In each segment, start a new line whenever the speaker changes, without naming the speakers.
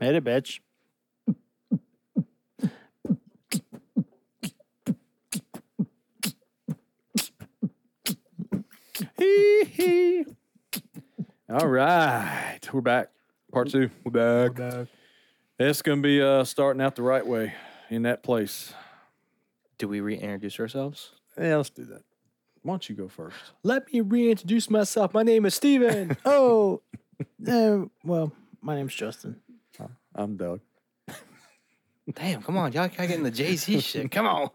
Made it, bitch. Hee hee. All right, we're back. Part two. We're back. It's gonna be uh, starting out the right way in that place.
Do we reintroduce ourselves?
Yeah, let's do that. Why don't you go first?
Let me reintroduce myself. My name is Steven.
Oh,
eh,
uh, well, my name's Justin.
I'm Doug.
Damn, come on. Y'all gotta get in the JC shit. Come on.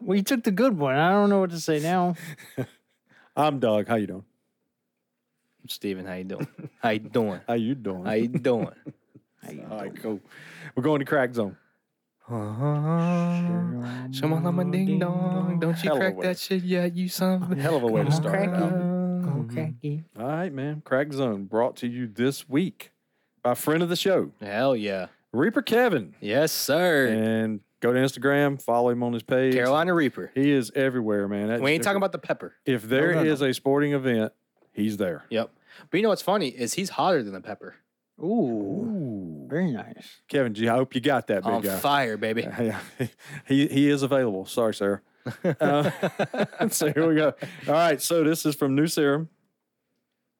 Well, you took the good one. I don't know what to say now.
I'm Doug. How you doing?
Steven, how you doing? How you doing?
How you doing?
How you doing?
All right, cool. We're going to crack zone.
Come on, I'm a ding dong. Don't you
Hell of a
crack
way.
that shit yet, you son of a
Hell of a way to
Come on,
start. it
crack
out.
it.
down.
Okay.
All right, man. Crack Zone brought to you this week by friend of the show,
Hell yeah.
Reaper Kevin.
Yes, sir.
And go to Instagram, follow him on his page.
Carolina Reaper.
He is everywhere, man. That-
We ain't talking about the pepper.
If there is
No, no,
a sporting event, he's there.
Yep. But you know what's funny is he's hotter than the pepper.
Ooh,
Ooh.
very nice.
Kevin, gee, I hope you got that big
On
guy.
fire, baby.
Yeah, he he is available. Sorry, Sarah. Uh, so here we go. All right. So this is from New Serum,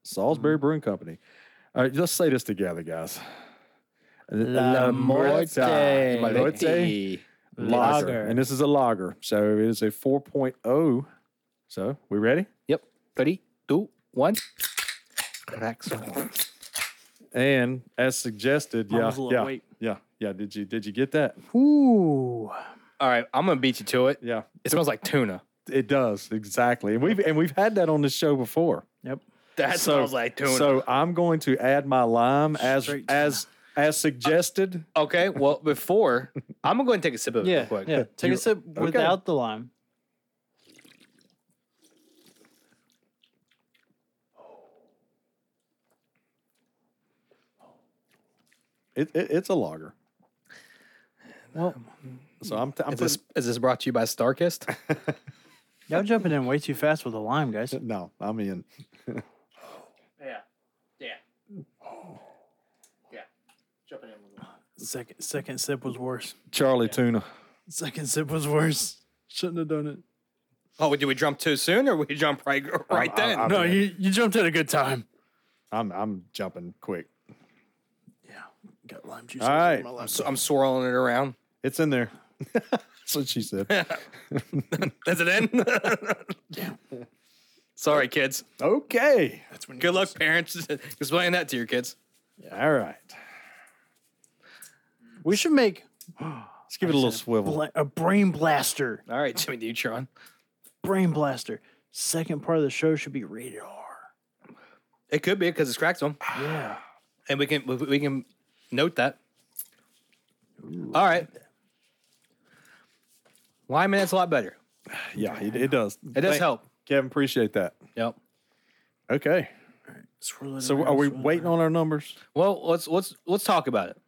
Salisbury
Mm-hmm.
Brewing Company. All right, let's say this together, guys. Uh,
La Morte.
La Morte lager.
Lager.
And this is a lager. So it is a 4.0. So we ready?
Yep. Three, two, one. Cracks.
And as suggested,
Mine
yeah,
was a little
yeah,
weight.
yeah, yeah. Did you did you get that?
Ooh,
All right, I'm gonna beat you to it.
Yeah,
It smells like tuna.
it does exactly. And we've and we've had that on this show before.
That
So-
smells like tuna.
So I'm going to add my lime as
Straight to
as as suggested.
okay, well, before I'm gonna go ahead and take a sip of it
yeah,
real quick.
yeah. Take
You-
a sip without the lime.
It, it, it's a lager.
Well,
So I'm, t- I'm
Is this is this brought to you by Starkist?
y'all jumping in way too fast with the lime, guys.
putting- no, I'm in.
Yeah. Yeah. Yeah. Jumping in with
Second, second sip was worse.
Charlie Tuna.
Second sip was worse. Shouldn't have done it.
Oh, did we jump too soon or we jump right right
I'm-
then?
I'm-
No, you you jumped at a good time.
I'm I'm jumping quick.
Yeah, got lime juice.
All
all over
right.
my
I'm,
lime.
so, I'm swirling it around.
It's in there. That's what she said.
Is it in? Sorry, kids.
okay.
That's when you
Good luck, parents. Explain that to your kids.
All right.
We should make
Let's give it a little swivel.
bla- a brain blaster.
All right, Jimmy Neutron.
Brain blaster. Second part of the show should be rated R.
It could be because it's cracked them,
Yeah.
and we can we- we can note that. All right. Lyman, that's a lot better.
yeah, it, it does.
It does help.
Kevin, appreciate that.
Yep.
Okay.
Swirl it
So
around,
are we
swirl it
waiting
around.
on our numbers?
Well, let's let's let's talk about it.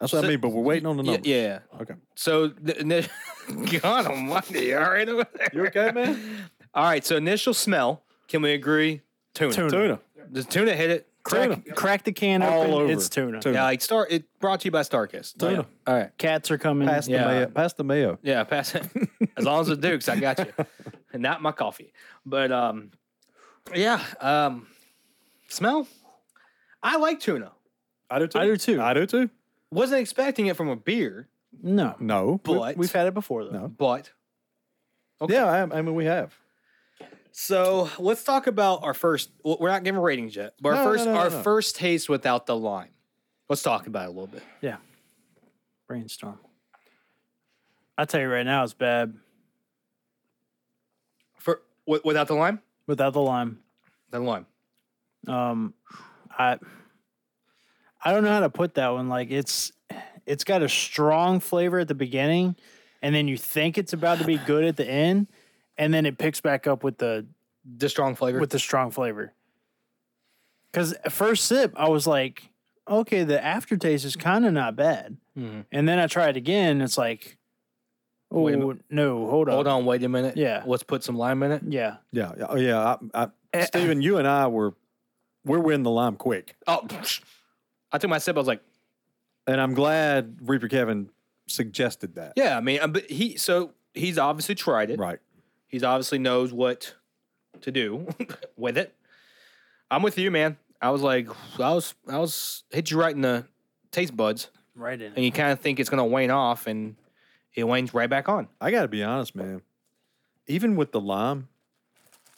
That's what
So-
I mean, but we're waiting on the
Yeah.
numbers.
yeah.
Okay.
So, the, ini- God Almighty! All right, over there.
You okay, man?
All right. So, initial smell. Can we agree? Tuna.
Tuna.
Tuna.
Does tuna hit it?
Tuna.
Crack, crack the can
All
open.
over.
It's tuna.
Tuna.
Yeah, like Star. It brought to you by Starkist.
Tuna.
All right.
Cats are coming.
Pass the
Yeah.
mayo. Pass the mayo.
Yeah, pass it. as long as it Dukes, I got you. And not my coffee. But um yeah, um smell. I like tuna.
I do too.
I do too.
I do too.
Wasn't expecting it from a beer,
No.
No.
We-
but
We've had it before though.
No.
but Okay.
Yeah, I, I mean we have.
so let's talk about our first well, we're not giving ratings yet, but our
No, no,
first
no, no,
our
no.
first taste without the lime. Let's talk about it a little bit.
Brainstorm. I tell you right now, it's bad
For wi- without the lime?
without the lime.
The lime.
Um, I I don't know how to put that one. Like it's it's got a strong flavor at the beginning, and then you think it's about to be good at the end, and then it picks back up with the
The strong flavor.
with the strong flavor. Because first sip, I was like, okay, the aftertaste is kind of not bad,
Mhm.
and then I try it again. It's like, oh
Wait a
no, hold on,
Hold on, wait a minute.
Yeah.
Let's put some lime in it.
yeah,
Yeah. yeah, Oh, yeah. I, I,
Eh.
Steven, you and I were, we're winning the lime quick.
Oh, I took my sip. I was like,
And I'm glad Reaper Kevin suggested that.
Yeah, I mean, uh, but he so he's obviously tried it.
Right.
He's obviously knows what to do with it. I'm with you, man. I was like, I was, I was hit you right in the taste buds,
Right in.
and you kind of think it's gonna wane off, and it wanes right back on.
I got to be honest, man. Even with the lime,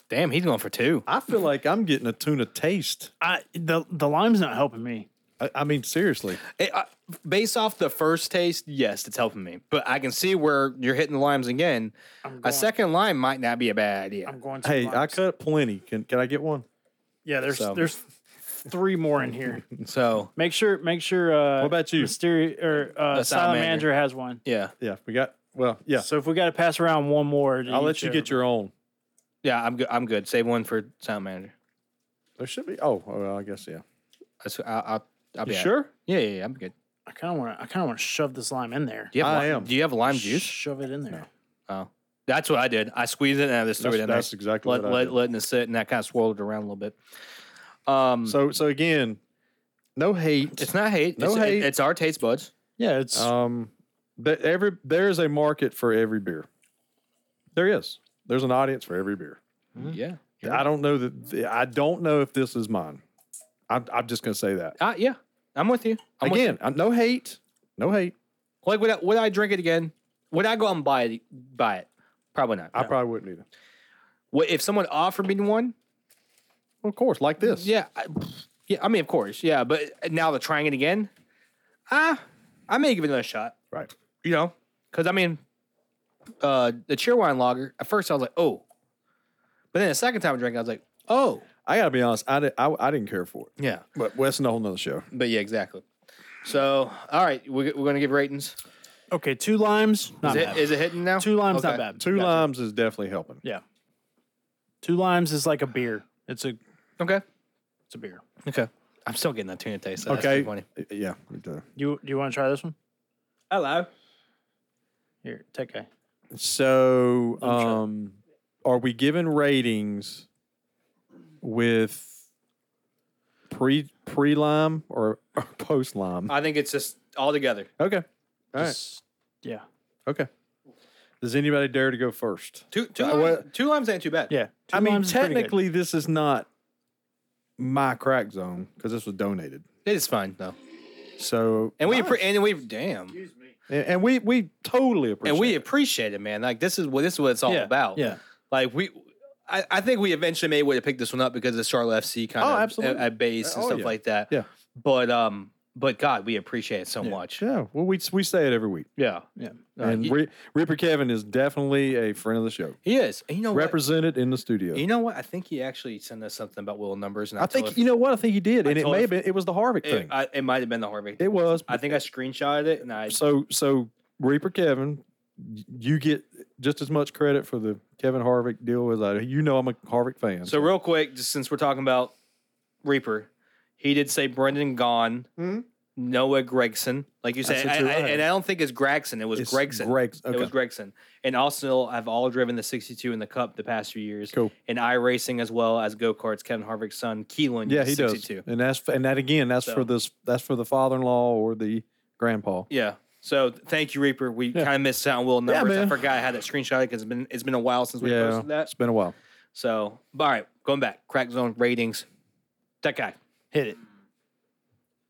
Damn, he's going for two.
I feel like I'm getting a tuna taste.
I the the lime's not helping me.
I, I mean, seriously.
It- I- based off the first taste, yes, it's helping me, but I can see where you're hitting the limes again.
I'm
A
going,
second lime might not be a bad idea.
I'm going to
Hey, I
limes.
cut plenty. Can can I get one?
Yeah, there's
so-
there's three more in here.
So
Make sure make sure uh
What about you?
Mysteri- or uh
The
Silent
Salamander.
Manager has one.
yeah,
Yeah, we got. Well, yeah.
So if we gotta pass around one more, to
I'll let
each
you
of-
get your own.
yeah, I'm good. I'm good. Save one for sound manager.
There should be. Oh, oh, well, I guess yeah.
That's- I, I'll, I'll be
You
out.
sure?
Yeah, yeah, yeah, I'm good.
I kinda wanna I kinda wanna shove this lime in there.
Do you have
I
lime,
am.
Do you have lime juice?
Shove it in there.
Oh, that's what I did. I squeezed it and I just threw
That's,
it in
that's
there,
exactly
let,
what I
let,
did.
letting it sit, and I kind of swirled it around a little bit. Um, so
So so again, no hate.
it's not hate.
No
it's, it-
hate.
it's our taste buds.
Yeah, it's
Um, that every there is a market for every beer. There is. There's an audience for every beer.
Mhm.
Yeah.
I don't know that. I don't know if this is mine. I'm, I'm just gonna say that
Uh, yeah. I'm with you. I'm with
again. I'm, no hate. No hate.
you. Like, would I, would I drink it again? Would I go out and buy it? Buy it? Probably not.
I probably wouldn't either.
What, if someone offered me one?
Well, of course, like this.
Yeah. I, yeah. I mean, of course. Yeah. But now they're trying it again. Ah, I may give it another shot.
Right.
you know, because I mean, uh, the Cheerwine lager. At first, I was like, oh, but then the second time I drank, it, I was like, oh,
I gotta be honest. I, did, I I didn't care for it.
yeah,
But well, that's a whole nother show.
but yeah, exactly. So, all right, we're, we're gonna give ratings.
okay, two limes,
Is
not
it,
bad.
is it hitting now?
two limes
Okay.
not bad.
Two
Gotcha.
limes is definitely helping.
Two limes is like a beer. It's a it's
Okay,
a beer.
okay. I'm still getting that tuna taste. So That's
Okay.
pretty funny.
Yeah. it, uh,
You do you want to try this one?
Hello.
Here, take a
So,
I'm sure.
um, are we giving ratings with pre pre lime or, or post lime?
I think it's just all together.
Okay. All right.
just- yeah.
Okay. Does anybody dare to go first?
Two two,
Uh,
limes,
what-
two limes ain't too bad.
Yeah.
I
two
mean,
limes is pretty good.
technically, this is not my crack zone because this was donated.
it is fine though.
So,
And we
Nice.
appre and we damn
and, and we we totally appreciate
and we
it.
appreciate it, man. Like this is what this is what it's all
yeah,
about.
Yeah.
Like we, I, I think we eventually made a way to pick this one up because of Charlotte FC kind
Oh,
of
absolutely.
at, at base and
Oh,
stuff
yeah.
like that.
Yeah.
But um, but God, we appreciate it so much.
yeah. Well, we we say it every week,
Yeah.
Yeah.
Uh,
and
he,
Re- Reaper Kevin is definitely a friend of the show,
he is. And you know
represented in the studio.
what? You know what? I think he actually sent us something about Will numbers, and I,
I think
told
you know what I think he did,
I
and it
told
may have
if-
been it was the Harvick
him-
thing.
it, I, it might have been the Harvick.
it was.
I think I screenshotted it, and I
so so Reaper Kevin, y- you get just as much credit for the Kevin Harvick deal as I. You know I'm a Harvick fan.
So real quick, just since we're talking about Reaper, he did say Brendan gone,
Mhm.
Noah Gregson, like you said,
said
I-
too,
I-
I-
and I don't think it's Gregson. It was
It's
Gregson.
Greg's.
It
Okay.
was Gregson. And also, I've all driven the 62 in the Cup the past few years.
Cool.
And iRacing as well as go karts. Kevin Harvick's son, Keelan.
Yeah, he
62.
does. And that's f- and that again. That's
So-
for this. That's for the father-in-law or the grandpa.
Yeah. So th- thank you, Reaper. We
Yeah.
kind of missed out on Will
Yeah,
numbers. I
man.
forgot I had that screenshot because it's been it's been a while since we
Yeah.
posted that.
It's been a while.
So, but all right, going back, crack zone ratings. That guy,
Hit it.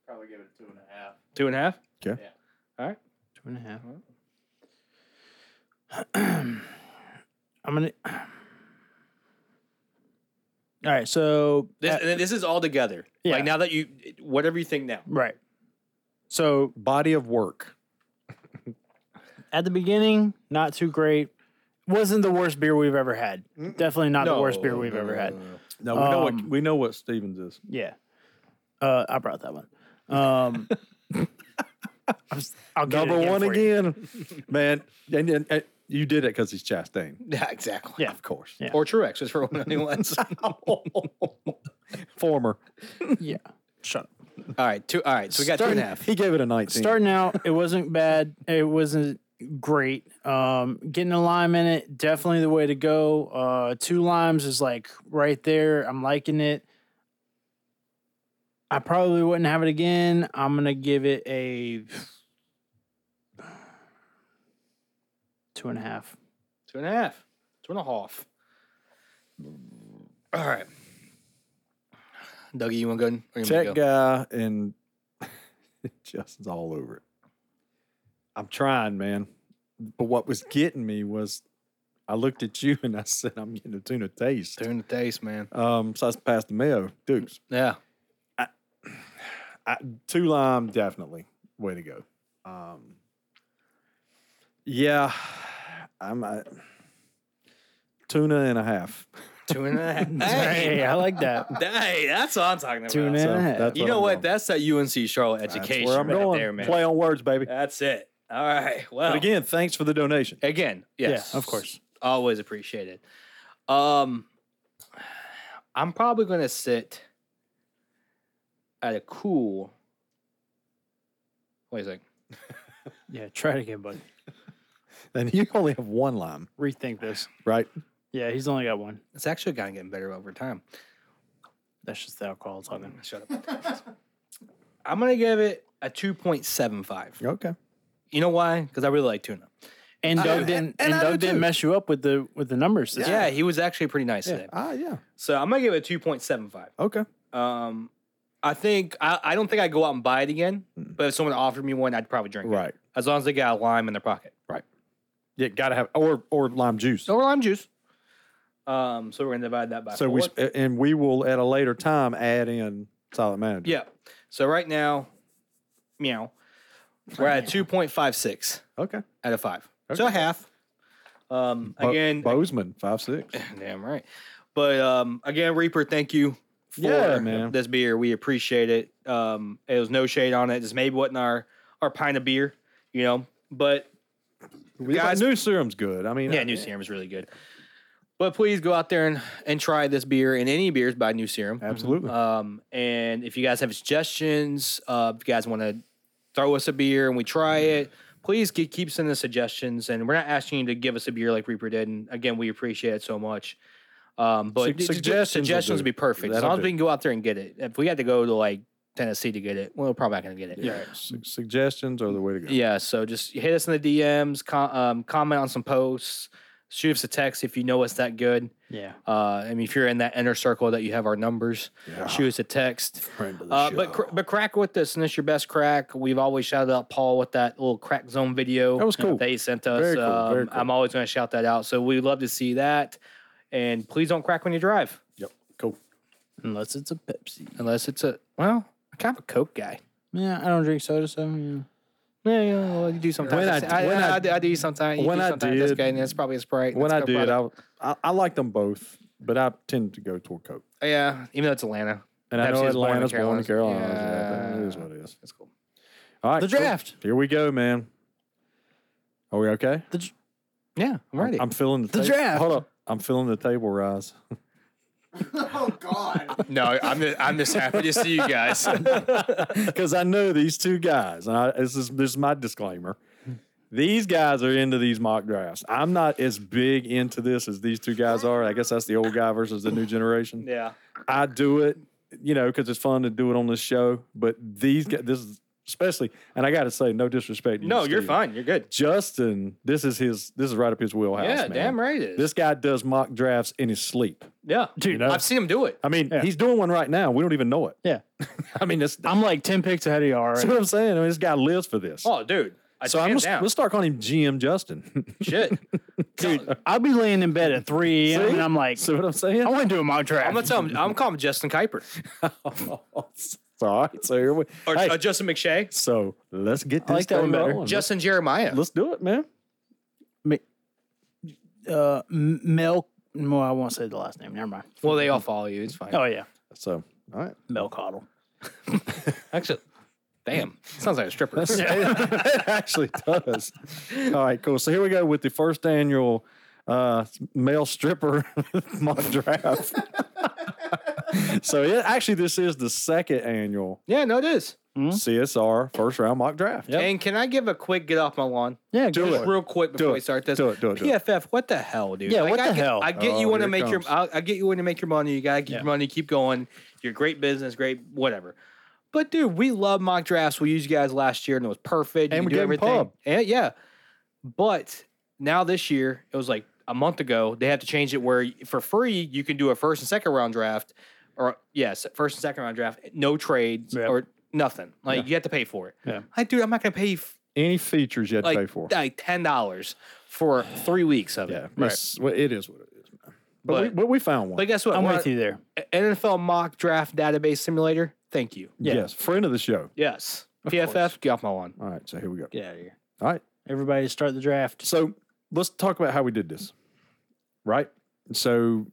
Probably give it two and a half.
two and a half.
Two and a half. I'm gonna. All right. So
This,
uh,
and this is all together.
Yeah.
Like now that you, whatever you think now.
right. So
Body of work.
at the beginning, not too great. Wasn't the worst beer we've ever had. Definitely not the worst beer
No,
we've
no,
ever
no,
had.
no, no.
No, we know what
Um,
we know what Stevens is.
Yeah. Uh, I brought that one. Um, I'm s- I'll get it
Number one
for you.
again, man. And, and, and you did it because he's Chastain,
Yeah, exactly.
Yeah.
of course.
Yeah.
Or Truex, just for one once.
Former.
Yeah. Shut up.
All right, two. All right, so we got two and a half.
He gave it a nineteen.
Starting out, it wasn't bad. It wasn't great. Um, getting a lime in it, definitely the way to go. Uh, two limes is like right there. I'm liking it. I probably wouldn't have it again. I'm gonna give it a two and a half.
Two and a half. Two and a half. All right. Dougie, you want to go? ahead Or you want me to
Tech
go?
guy and Justin's all over it. I'm trying, man. But what was getting me was I looked at you and I said, I'm getting a tuna taste.
Two in the taste, man.
Um, so I passed the mayo. Dukes.
Yeah.
I, two lime, definitely. Way to go. Um, yeah. I'm I, tuna and a half.
Two and a half.
Hey, I like that.
Hey, that's what I'm talking
Two
about.
and a
So
half.
that's
You know what?
I'm going.
That's that UNC Charlotte
That's
education
where I'm
right
going.
there, man.
Play on words, baby.
That's it. All right. Well,
But again, thanks for the donation.
again, yes,
Yeah, of course.
always appreciated. Um, I'm probably gonna sit at a cool. Wait a second.
Yeah, try it again, buddy.
And you only have one lime,
Rethink this.
right?
Yeah, he's only got one.
It's actually gotten getting better over time.
That's just the alcohol talking.
Shut up. I'm gonna give it a 2.75.
Okay.
You know why? Because I really like tuna.
And
I-
Doug didn't. And,
and I do
Doug didn't
too.
mess you up with the with the numbers. this
Yeah,
time.
he was actually pretty nice
Yeah.
today.
Ah, yeah.
So I'm gonna give it a 2.75.
Okay.
Um, I think I, I don't think I'd go out and buy it again.
Mm.
But if someone offered me one, I'd probably drink it.
Right.
As long as they got a lime in their pocket
Yeah, gotta have or or lime juice.
or lime juice. Um, so we're gonna divide that by.
So we
four.
sp- and we will at a later time add in solid manager.
yeah. So right now, meow, we're at 2.56
Okay.
out of five. So a
Okay.
half. Um,
Bo-
again,
Bozeman five six.
damn right. But um, again, Reaper, thank you for
Yeah, man.
this beer. We appreciate it. Um, it was no shade on it. This maybe wasn't our our pint of beer, you know, but
Guys,
Guys-
new serum's good. I mean, uh,
Yeah, New Serum is really good. But please go out there and, and try this beer and any beers by New Serum.
Absolutely.
Um, and if you guys have suggestions, uh, if you guys want to throw us a beer and we try it, please keep, keep sending us suggestions. And we're not asking you to give us a beer like Reaper did. And again, we appreciate it so much. Um,
Sug-
but ju- ju-
suggestions will
suggestions
do.
would be perfect. as
That'll
long as
do.
we can go out there and get it. If we had to go to like Tennessee to get it, well, we're probably not going to get it.
yeah. Su- suggestions are the way to go.
Yeah, so just hit us in the DMs, com- um, comment on some posts, shoot us a text if you know us that good.
yeah.
Uh, I mean, if you're in that inner circle that you have our numbers,
Yeah.
shoot us a text.
Friend of the
Uh, but
show.
cr- but crack with this, and it's your best crack. We've always shouted out Paul with that little crack zone video
that was cool.
that he sent us.
Very cool, very
Um,
cool.
I'm always going to shout that out. So we love to see that. And please don't crack when you drive,
yep. Cool.
Unless it's a Pepsi.
unless it's a well, I'm kind of a Coke guy.
Yeah, I don't drink soda, so yeah.
Yeah, yeah, well, you do sometimes.
When I-
That's- I,
when
I,
I-
I do- I do sometimes. You
when
do
I
sometimes. That's
did-
okay, and that's probably a sprite.
When I
that's
did,
probably-
I, I I like them both, but I tend to go toward Coke.
Oh, yeah, even though it's Atlanta,
And I
Pepsi
know
is born in
Atlanta's born in Carolina.
Carolina.
Yeah. It
Yeah.
is what it is.
that's cool.
All right.
The
cool.
draft.
Here we go, man. Are we okay?
Yeah, I'm ready.
I'm feeling the,
The
ta-
draft.
Hold up. I'm feeling the table rise.
oh God.
no, I'm just, I'm just happy to see you guys.
Because I know these two guys, and I, this is this is my disclaimer. These guys are into these mock drafts. I'm not as big into this as these two guys are. I guess that's the old guy versus the new generation.
yeah,
I do it, you know, because it's fun to do it on this show. But these guys, this is especially, and I got to say, no disrespect. to you,
no, you're
Steven.
fine. You're good.
Justin, this is his. This is right up his wheelhouse.
yeah,
man.
damn right it is.
This guy does mock drafts in his sleep.
yeah,
Dude,
know?
I've seen him do it.
I mean,
Yeah.
he's doing one right now. We don't even know it.
Yeah.
I mean, that's,
I'm like ten picks ahead of you
that's
already.
what I'm saying. I mean, this guy lives for this.
Oh, dude. I
so I'm
hands
gonna,
down.
let's start calling him GM Justin.
shit. Dude,
I'll be laying in bed at three a.m.
See?
and I'm like,
See what I'm saying?
I want to do a mock draft.
I'm gonna tell him. I'm calling him Justin Kuiper
All right. So here we.
Oh. or
Hey.
uh, Justin McShay,
So let's get this
I like that
thing
one better.
rolling.
Justin Jeremiah.
Let's, let's do it, man.
uh, M- Mel. No, I won't say the last name. Never mind.
Well, they all follow you. It's fine.
Oh yeah,
So all right.
Mel Coddle.
Actually, damn, sounds like a stripper.
That's- it actually does. All right, cool. So here we go with the first annual uh, male stripper mock draft. so it, actually, this is the second annual
yeah, no, it is.
Hmm?
CSR first round mock draft.
And can I give a quick get off my lawn?
Yeah,
Do
go
it.
for
Just real quick before
it.
we start this.
Do it, do it, do it.
PFF, what the hell, dude?
Yeah, what
I
the
get,
hell?
I get you
Oh,
want
here
to
it
make your,
comes.
I, I get you want to make your money. You gotta keep
Yeah.
your money, keep going. You're a great business, great whatever. But dude, we love mock drafts. We used you guys last year and it was perfect. You
And
could
we
do
gave 'em
everything.
pub.
And yeah. But now this year, it was like a month ago, they had to change it where for free you can do a first and second round draft. Or yes, first and second round draft, no trades
Yeah.
or nothing. Like
Yeah.
you have to pay for it.
Yeah.
Like, dude, I'm not gonna pay f-
Any features you had
like,
to pay for.
like ten dollars for three weeks of
yeah,
it.
that's- well, it is what it is. man. But, we,
But-
but we found one.
But guess what?
I'm
We're
with you there.
on NFL mock draft database simulator. Thank you.
yeah.
Yes, friend of the show.
Yes.
Of course.
PFF, get off my lawn.
All right, so here we go.
Get out of here.
All right.
Everybody start the draft.
So let's talk about how we did this, right? So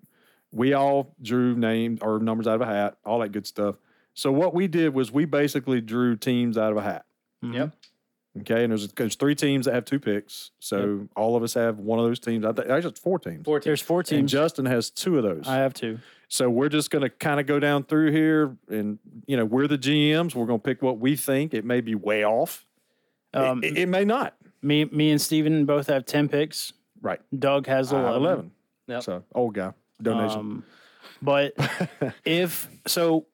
we all drew names or numbers out of a hat, all that good stuff. So what we did was we basically drew teams out of a hat.
Mm-hmm.
Yep.
Okay, and there's, there's three teams that have two picks. So all of us have one of those teams. I think actually it's four teams.
Four
There's four
And
teams.
Justin has two of those.
I have two.
So we're just going to kind of go down through here, and you know we're the GMs. We're going to pick what we think. It may be way off. It-
Um,
it, it may not.
me, me and Steven both have 10 picks.
Right.
Doug has
I have
11.
Eleven.
Yep.
So old guy donation.
Um, but if so,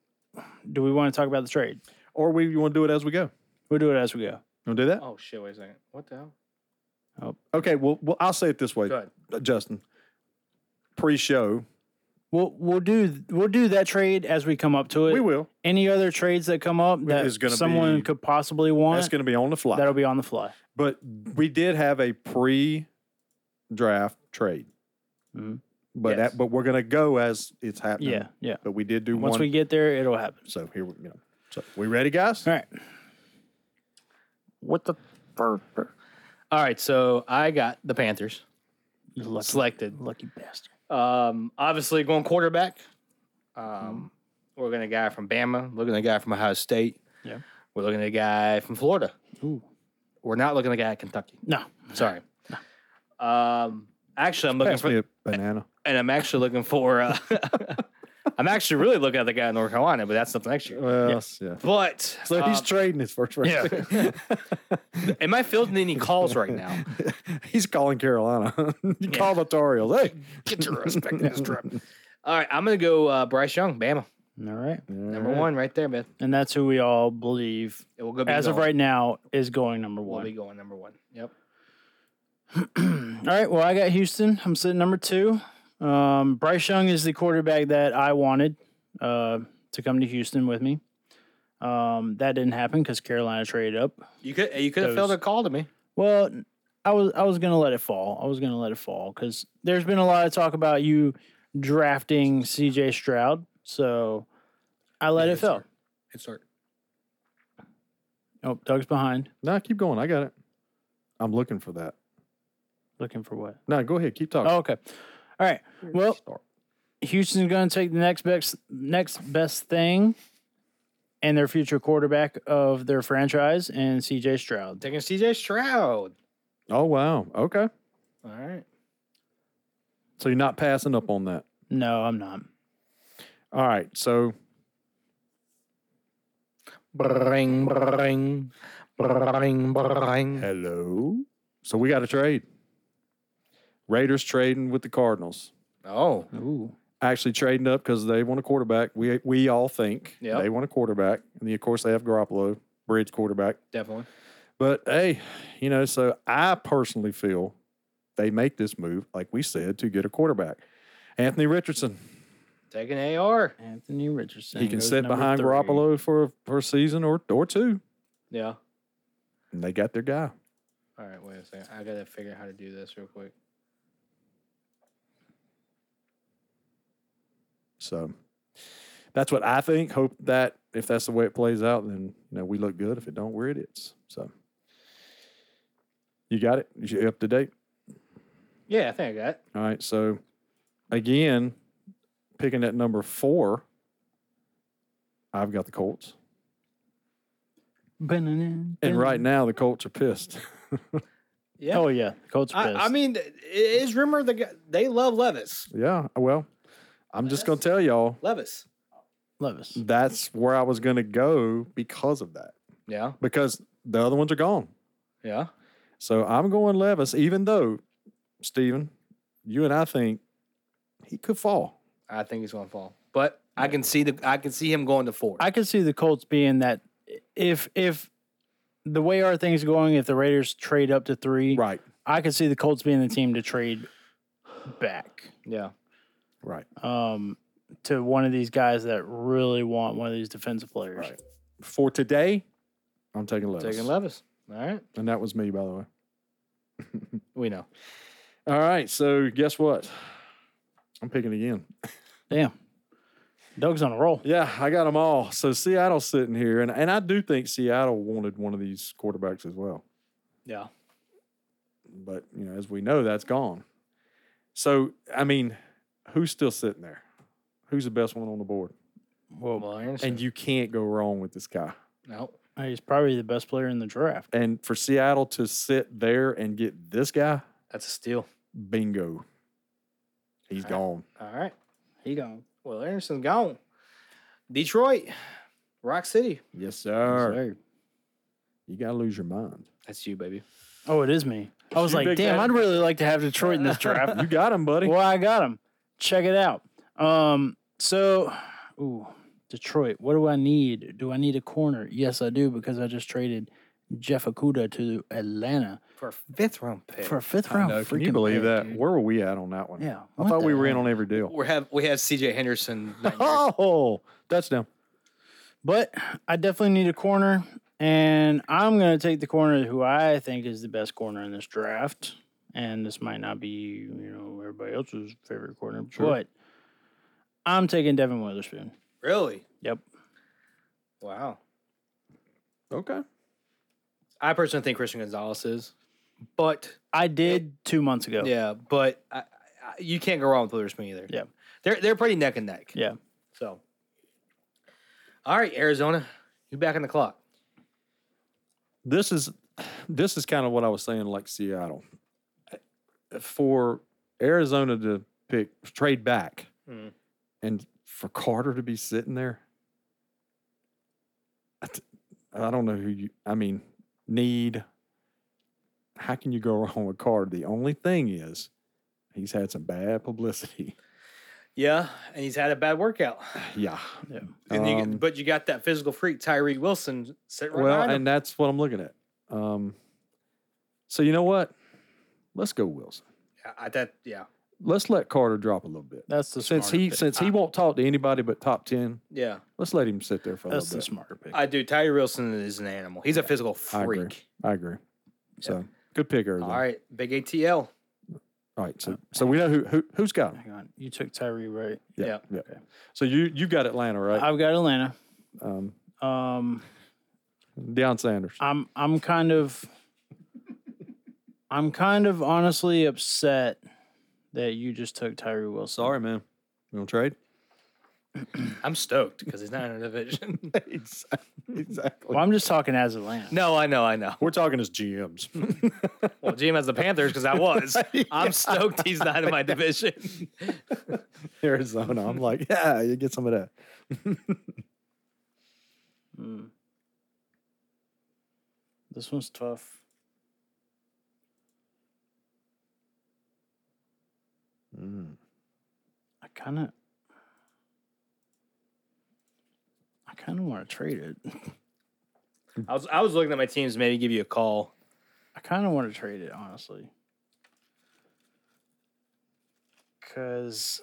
do we want to talk about the trade?
or we you want to do it as we go.
We'll do it as we go.
You want to do
Um,
that?
Oh shit! Wait a second. What the hell?
Okay. Well, well, I'll say it this way,
Go ahead.
uh, Justin. Pre-show,
We'll we'll do we'll do that trade as we come up to it.
we will.
Any other trades that come up that
is gonna
someone
be-
could possibly
That's
want,
going to be on the fly.
that'll be on the fly.
But we did have a pre-draft trade.
Mhm.
But
Yes.
that, but we're going to go as it's happening.
Yeah, yeah.
But we did do
Once
one.
we get there, it'll happen.
so here, we, you know. So we ready, guys?
All right.
What the? All right, so I got the Panthers
You lucky,
selected.
lucky bastard.
Um, obviously going quarterback. Um, we're looking at a guy from Bama. Looking at a guy from Ohio State.
Yeah.
We're looking at a guy from Florida.
Ooh.
We're not looking at a guy at Kentucky.
No.
Sorry. Um, actually, I'm looking
Pass
for
me a banana.
and I'm actually looking for. Uh, I'm actually really looking at the guy in North Carolina, but that's something next year.
Well, yes. yeah.
But
So he's
um,
trading his first round.
yeah. am I fielding any calls right now?
he's calling Carolina. you Call the Tar Heels. Hey.
Get your respect ass trip. All right, I'm gonna go uh, Bryce Young, Bama,
All right.
number one right there, man.
And that's who we all believe,
It will go be
as of
going.
right now, is going number
We'll be
one.
going number one. Yep.
All right. Well, I got Houston. I'm sitting number two. Um, Bryce Young is the quarterback that I wanted uh, to come to Houston with me. Um, that didn't happen because Carolina traded up.
You could you could have
Those-
filled a call to me.
Well, I was I was gonna let it fall. I was gonna let it fall because there's been a lot of talk about you drafting C.J. Stroud, so I let
Yeah,
it fall.
sure. It's hard.
Oh, Doug's behind,
No, keep going. I got it. I'm looking for that.
looking for what?
No, go ahead. Keep talking.
Oh, okay. All right. Well,
Oh.
Start.
Houston's going to take the next best next best thing, and their future quarterback of their franchise, and C.J. Stroud.
Taking CJ Stroud.
Oh wow. Okay.
All right.
So you're not passing up on that.
No, I'm not.
All right. So
Bring, bring, bring, bring.
hello. So we got a trade. Raiders trading with the Cardinals.
Oh,
Ooh.
Actually trading up because they want a quarterback. We we all think
Yep.
they want a quarterback, and then of course they have Garoppolo, bridge quarterback.
definitely.
But hey, you know, so I personally feel they make this move, like we said, to get a quarterback. Anthony Richardson,
Taking AR.
Anthony Richardson.
he can
goes
sit
number
behind
three.
Garoppolo for for a season or or two,
Yeah.
and they got their guy.
All right, wait a second. I gotta figure out how to do this real quick.
So that's what I think. Hope that if that's the way it plays out, then you know we look good. If it don't, we're idiots. So you got it. You up to date.
Yeah, I think I got it.
All right. So again, picking at number four, I've got the Colts, and right now the Colts are pissed.
Yeah.
Oh yeah, Colts.
I,
pissed.
I mean, th- it is rumored the guy, they love Levis.
yeah. Well, I'm just gonna tell y'all
Levis.
Levis.
that's where I was gonna go because of that.
Yeah.
Because the other ones are gone.
Yeah.
So I'm going Levis, even though, Steven, you and I think he could fall.
I think he's gonna fall, but I can see the I can see him going to four.
I could see the Colts being that if if the way our thing's going, if the Raiders trade up to three,
Right.
I could see the Colts being the team to trade back
Yeah.
Right.
um, to one of these guys that really want one of these defensive players.
Right. For today, I'm taking Levis.
Taking Levis. All right.
And that was me, by the way.
We know.
All right. So guess what? I'm picking again.
Damn, Doug's on a roll.
Yeah, I got them all. So Seattle's sitting here, and, and I do think Seattle wanted one of these quarterbacks as well.
Yeah.
But you know, as we know, that's gone. So I mean, who's still sitting there? Who's the best one on the board?
Well, I
And
understand.
you can't go wrong with this guy.
no.
He's probably the best player in the draft.
And for Seattle to sit there and get this guy,
That's a steal.
bingo. He's
All right.
gone.
All right.
He gone.
Well, Anderson's gone. Detroit, Rock City.
Yes,
Yes,
sir.
sir.
You gotta lose your mind.
That's you, baby.
Oh, it is me. I was
You
like,
big
damn,
fan?
I'd really like to have Detroit in this draft.
You got him, buddy.
well, I got him. Check it out. Um, so, ooh, Detroit. What do I need? Do I need a corner? Yes, I do because I just traded Jeff Okuda to Atlanta
For a fifth round pick.
for a fifth
I
round.
know, Can you
freaking
believe
pick,
that?
dude.
Where were we at on that one?
Yeah,
I thought we were in on every deal.
we have we have CJ Henderson. nine years.
Oh, touchdown.
But I definitely need a corner, and I'm going to take the corner who I think is the best corner in this draft. And this might not be, you know, everybody else's favorite corner,
Sure.
but I'm taking Devin Witherspoon.
Really?
Yep.
Wow.
Okay.
I personally think Christian Gonzalez is, but
I did two months ago.
yeah, but I, I, you can't go wrong with Witherspoon either.
Yeah.
they're they're pretty neck and neck.
Yeah.
So, all right, Arizona, you back on the clock.
This is this is kind of what I was saying, like Seattle. For Arizona to pick trade back
Mm.
and for Carter to be sitting there. I t- I don't know who you I mean, need how can you go wrong with Carter? The only thing is he's had some bad publicity.
Yeah, and he's had a bad workout.
yeah.
Yeah.
And you,
Um,
but you got that physical freak Tyree Wilson sitting right
Well,
behind him.
and that's what I'm looking at. Um, so you know what? Let's go Wilson.
Yeah, I, that yeah
Let's let Carter drop a little bit.
That's the
Since
smarter
he
pick.
since he won't talk to anybody but top ten,
yeah.
let's let him sit there for a
that's
little
the
bit.
smarter pick.
I do. Tyree Wilson is an animal. He's a physical
I agree.
freak.
I agree. So good pick, Arizona.
All
All right.
right, big ATL.
So so we know who who who's got him.
Hang on, you took Tyree right?
Yeah.
Yeah.
Okay.
So you you got Atlanta right?
I've got Atlanta.
Um,
Um,
Deion Sanders.
I'm I'm kind of I'm kind of honestly upset that you just took Tyree Wilson.
Sorry, man. You don't trade?
I'm stoked because he's not in a division.
exactly.
Well, I'm just talking as Atlanta.
no, I know, I know.
We're talking as GMs.
Well, Jim has the Panthers because I was. I'm stoked he's not in my division.
Arizona. I'm like, yeah, you get some of that.
Mm. This one's tough.
Mm.
I kind of I kind of want to trade it.
I was I was looking at my teams, maybe give you a call.
I kind of want to trade it honestly. Cuz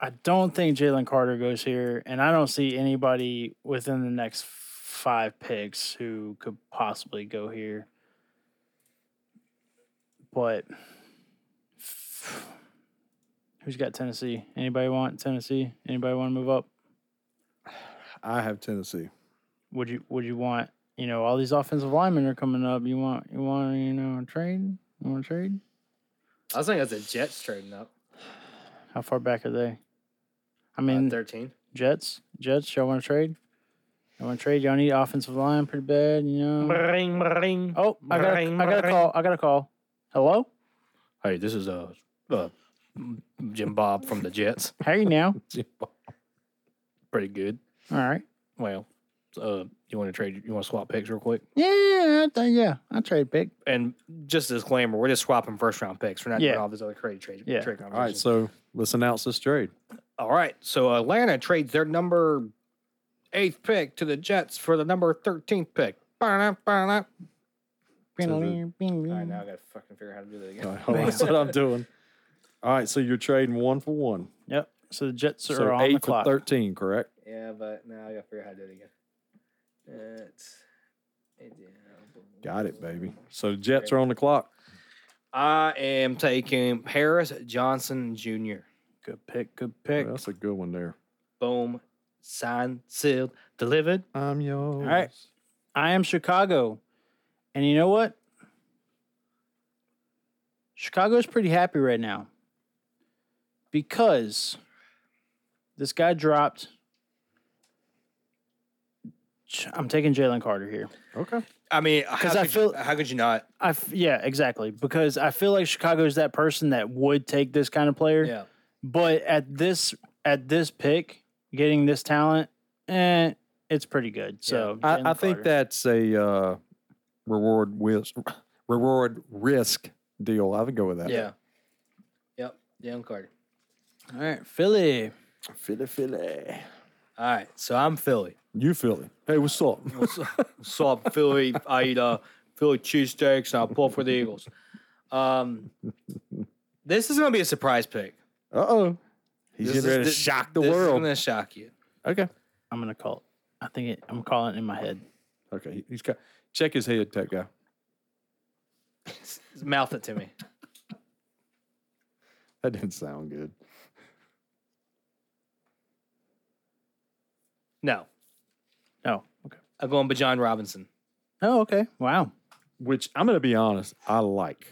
I don't think Jalen Carter goes here and I don't see anybody within the next 5 picks who could possibly go here. But who's got Tennessee? Anybody want Tennessee? Anybody want to move up?
I have Tennessee.
would you would you want you know all these offensive linemen are coming up you want you want you know a trade you want to trade
I was thinking that's the Jets trading up.
how far back are they i
I
mean
thirteen.
jets jets y'all want to trade y'all want to trade y'all need offensive line pretty bad you know
Ring, ring.
oh i got a, i got a call i got a call hello
Hey, this is uh, uh Jim Bob from the Jets.
how are you now
Pretty good.
all right
Well, uh, you want to trade? You want to swap picks real quick?
yeah I think- yeah i trade pick
And just a disclaimer, we're just swapping first round picks. We're not
Yeah.
doing all this other crazy trade.
Yeah.
Trade
All right,
conversations.
so let's announce this trade.
All right. So Atlanta trades their number eighth pick to the Jets for the number 13th pick. Ba-da-da, ba-da-da. All right,
Mm.
now I gotta fucking figure out how to do that again.
All right, that's what I'm doing. All right, so you're trading one for one.
Yep. So the Jets are
so
on
eight
the clock.
for thirteen, correct?
Yeah, but now I gotta figure out how to do it again. It's.
Got it, baby. So the Jets are on the clock.
I am taking Paris Johnson Jr.
Good pick. Good pick.
Well, that's a good one there.
Boom, signed, sealed, delivered.
I'm yours. All
right. I am Chicago. And you know what? Chicago's pretty happy right now because this guy dropped. Ch- I'm taking Jalen Carter here.
Okay.
I mean,
'Cause
because
I
I feel
feel-
how could you not?
I f- yeah, exactly. Because I feel like Chicago's that person that would take this kind of player.
Yeah,
But at this at this pick, getting this talent, eh, it's pretty good. So Jalen
I, I think
Carter.
that's a uh, reward risk, reward risk deal. I would go with that.
yeah, yep. Jalen Carter.
all right, Philly.
Philly, Philly.
All right, so I'm Philly.
You Philly. Hey, what's up?
So I'm Philly. I eat uh, Philly cheesesteaks and I pull for the Eagles. Um, this is gonna be a surprise pick.
Uh oh. He's
This
getting
is-
ready to
this-
shock the
this is
world.
gonna shock you.
Okay.
I'm gonna call it. I think it, I'm calling it in my head.
Okay. he- He's got check his head, tech guy.
Mouth it to me.
That didn't sound good.
No,
Oh, okay.
I'm going by John Robinson.
Oh, okay. Wow.
Which I'm gonna be honest, I like.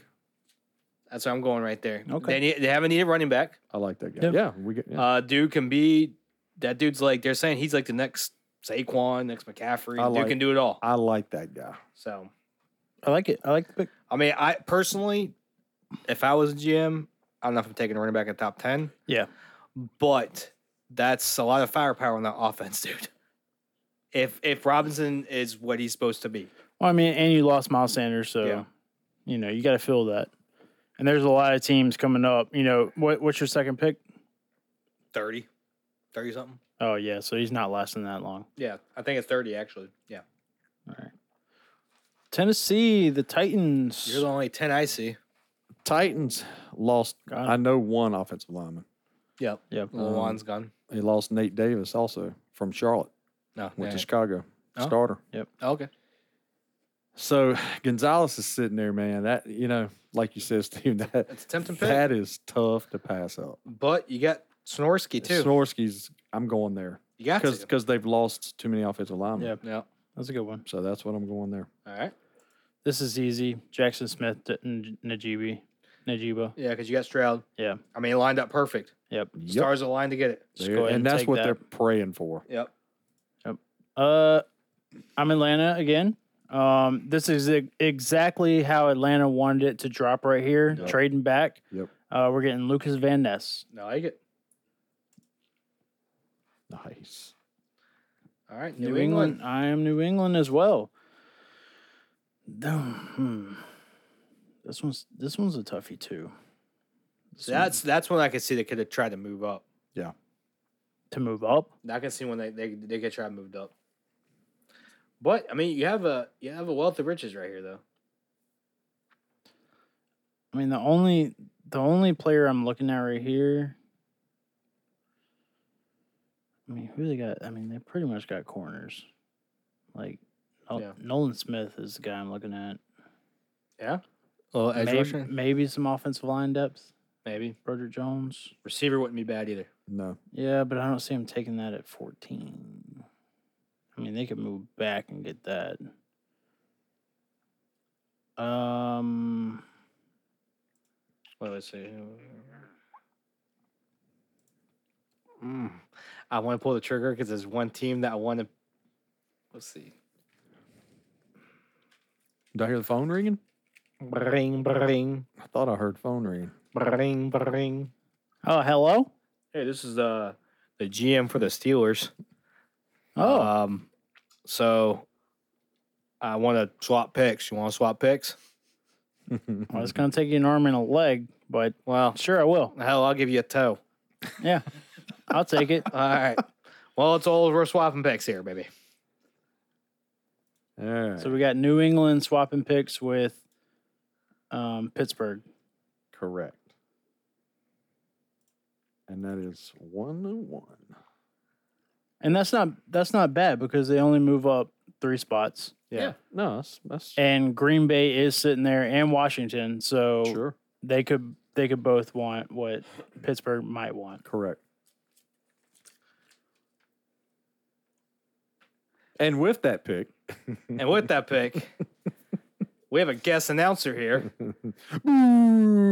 That's where I'm going right there.
Okay.
They, need, they haven't needed running back.
I like that guy.
Yeah.
Yeah, we get yeah.
Uh, dude can be. That dude's like they're saying he's like the next Saquon, next McCaffrey.
I
dude
like-
can do it all.
I like that guy.
So
I like it. I like the pick.
I mean, I personally, if I was a GM, I don't know if I'm taking a running back in the top ten.
Yeah.
but that's a lot of firepower on that offense, dude. If if Robinson is what he's supposed to be,
Well, I mean, and you lost Miles Sanders, so
Yeah.
you know you got to fill that. And there's a lot of teams coming up. You know, what, what's your second pick?
30, 30 something.
Oh yeah, so he's not lasting that long.
Yeah, I think it's thirty actually. Yeah,
Tennessee, the Titans.
you're the only ten I see.
Titans lost
Got it.
I know one offensive lineman.
Yep,
Yep. Um,
Lawan's gone.
He lost Nate Davis also from Charlotte,
No,
went
yeah.
to Chicago.
Oh.
Starter.
okay.
So Gonzalez is sitting there, man. That you know, like you said, Steve, that
It's a tempting pick.
that is tough to pass up.
But you got Snorsky too.
Snorsky's I'm going there
you got
because
to.
because they've lost too many offensive linemen.
Yeah.
Yeah.
That's a good one.
So that's what I'm going there.
All right.
This is easy. Jackson Smith, to N- Najibi, Najiba.
Yeah, because you got Stroud.
Yeah.
I mean, it lined up perfect.
Yep.
Yep.
Stars aligned to get it.
Just
There-
go ahead
and
and
that's
take
what
that.
they're praying for.
Yep.
Uh, I'm Atlanta again. Um, this is e- exactly how Atlanta wanted it to drop right here,
Yep.
trading back.
Yep.
Uh, we're getting Lucas Van Ness.
No, I get.
Nice.
All right.
New, England. I am New England as well. Though, hmm. This one's this one's a toughie too. This one-
That's that's when I could see they could have tried to move up.
to move up.
I can see when they they they could try to move up. But I mean, you have a you have a wealth of riches right here, though.
I mean, the only the only player I'm looking at right here. I mean, who they got? I mean, they pretty much got corners. Like, Nol-
Yeah.
Nolan Smith is the guy I'm looking at.
Oh,
Maybe, maybe some offensive line depth.
maybe
Broderick Jones.
receiver wouldn't be bad either.
No.
Yeah, but I don't see him taking that at 14. I mean, they could move back and get that. Um,
Well, let's see. Mm. I want to pull the trigger because there's one team that I want to. Let's see.
Did I hear the phone ringing?
Bring, bring,
I thought I heard phone ringing.
bring, bring.
oh, hello?
Hey, this is the the GM for the Steelers.
Oh,
Um, so I want to swap picks. You want to swap picks?
well, it's going to take you an arm and a leg, but
Well,
sure, I will.
hell, I'll give you a toe.
Yeah, I'll take it.
All right. Well, it's all we're swapping picks here, baby.
All right.
So we got New England swapping picks with um, Pittsburgh.
Correct. And that is one to one.
And that's not that's not bad because they only move up three spots.
Yeah.
No, that's, that's
And Green Bay is sitting there and Washington. So
sure.
they could they could both want what Pittsburgh might want.
Correct. And with that pick,
And with that pick, we have a guest announcer here. Wait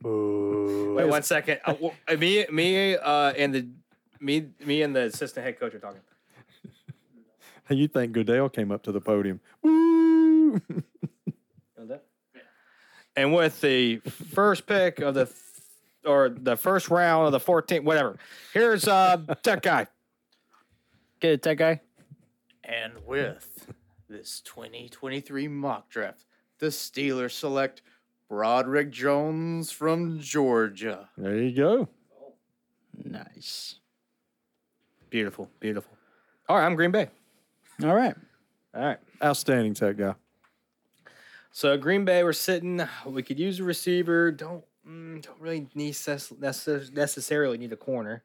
one second. Uh, w- uh, me, me, uh, and the me, me and the assistant head coach are talking.
you think Goodell came up to the podium? Boo!
And with the first pick of the, th- or the first round of the 14th, whatever. Here's uh tech guy.
Get it, tech guy.
And with this 2023 mock draft, the Steelers select Broderick Jones from Georgia.
there you go.
Nice.
Beautiful, beautiful. All right, I'm Green Bay.
All right.
All right. Outstanding tech guy.
So Green Bay, we're sitting. We could use a receiver. Don't mm, don't really need necess- necess- necessarily need a corner.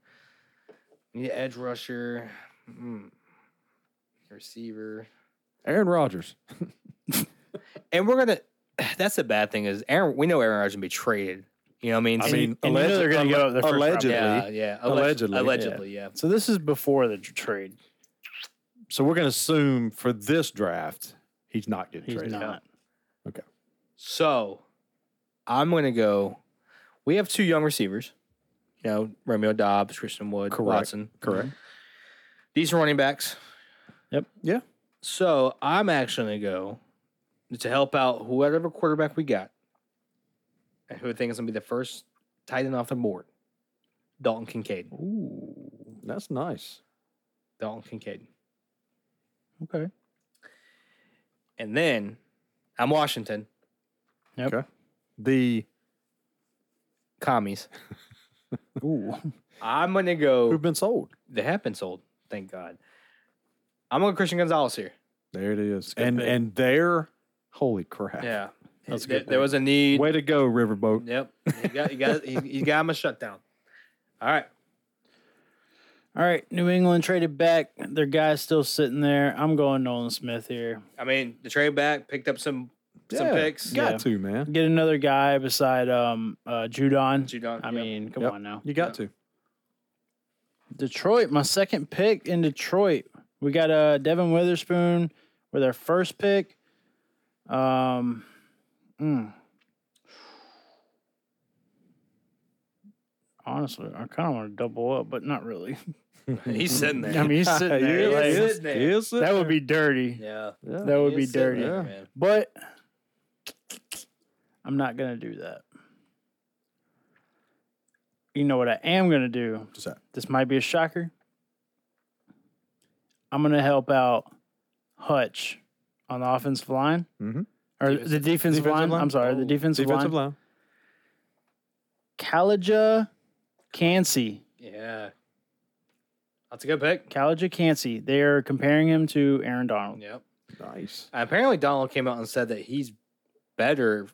Need an edge rusher. Mm. Receiver.
Aaron Rodgers.
And we're gonna. That's the bad thing is Aaron. We know Aaron Rodgers gonna be traded. You know what I mean?
I
So-
mean,
and you know they're gonna
alleg-
give up their first round
allegedly.
yeah, yeah.
Allegedly,
Allegedly,
yeah.
allegedly, yeah.
So this is before the tr- trade.
So we're going to assume for this draft, he's not getting
He's
traded.
not.
So I'm gonna go. We have two young receivers. You know, Romeo Dobbs, Christian Wood,
Correct.
Watson.
Correct.
These are running backs.
Yep.
Yeah.
So I'm actually gonna go to help out whatever quarterback we got, and who I think is gonna be the first tight end off the board. Dalton Kincaid.
Mm-hmm.
Ooh, that's nice.
Dalton Kincaid.
Okay.
And then I'm Washington
Yep.
Okay. The
commies.
ooh,
I'm gonna go.
who've been sold.
They have been sold. Thank God. I'm going Christian Gonzalez here.
There it is.
good
And
pick.
and there, holy crap.
Yeah.
That's a
there,
good
there
pick.
was a need.
Way to go, Riverboat.
Yep. He got, he got, he, he got him a shutdown. All right.
All right. New England traded back. Their guy's still sitting there. I'm going Nolan Smith here.
I mean, the trade back picked up some some
Yeah,
picks.
Got
Yeah.
to, man.
Get another guy beside um uh Judon.
Judon,
I
yep.
mean, come
Yep.
on now.
You got to.
Detroit, my second pick in Detroit. We got uh Devin Witherspoon with our first pick. Um mm. Honestly, I kind of want to double up, but not really.
he's sitting there.
I mean, he's sitting
He
there.
is,
like,
he is,
sitting there.
he is sitting
that would
there.
be dirty.
yeah,
Yeah.
That would
He
be
is
dirty.
sitting there,
Yeah.
man.
But I'm not going to do that. You know what I am going to do?
What's that?
This might be a shocker. I'm going to help out Hutch on the offensive line
Mhm.
or
Defensive-
the Mm-hmm. defensive, line. I'm sorry,
Oh,
the defensive,
defensive
line.
line.
Kalija Cansey.
Yeah, that's a good pick.
Kalija Cansey. They're comparing him to Aaron Donald.
Yep.
Nice.
Apparently, Donald came out and said that he's better.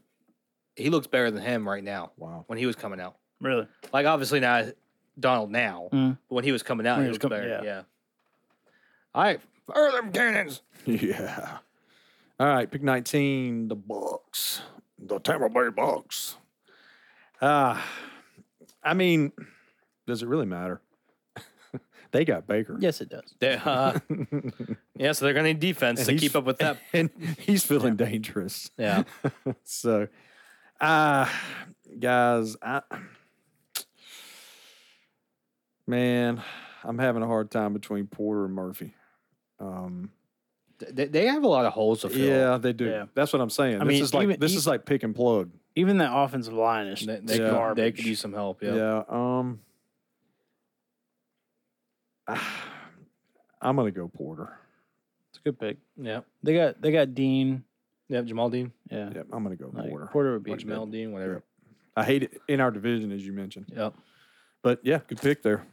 He looks better than him right now
Wow.
when he was coming out.
Really?
Like obviously not Donald now,
Mm.
but when he was coming out,
When
he
he
was
was com-
better. Yeah.
yeah.
All right, fire them cannons.
Yeah. All right, pick 19, the Bucks. The Tampa Bay Bucks. Ah, I mean, does it really matter? they got Baker.
Yes, it does.
They, uh, yeah, so they're gonna need defense
And
to
he's-
keep up with that.
And he's feeling dangerous.
Yeah,
So, uh, guys, I, man, I'm having a hard time between Porter and Murphy. Um,
they, they have a lot of holes to fill.
yeah, they do.
Yeah.
That's what I'm saying.
I
this
mean,
is like
even-
this
e-
is like pick and plug.
Even that offensive line is
They, they,
Yeah.
could, they
garbage.
could use some help. Yeah.
Yeah. Um, ah, I'm gonna go Porter.
It's a good pick.
Yeah.
They got they got Dean.
Yeah. Jamal Dean.
Yeah.
Yep, I'm gonna go
Like,
Porter.
Porter would be
Or Jamal Dean, whatever.
I hate it in our division, as you mentioned.
Yep.
But yeah, good pick there.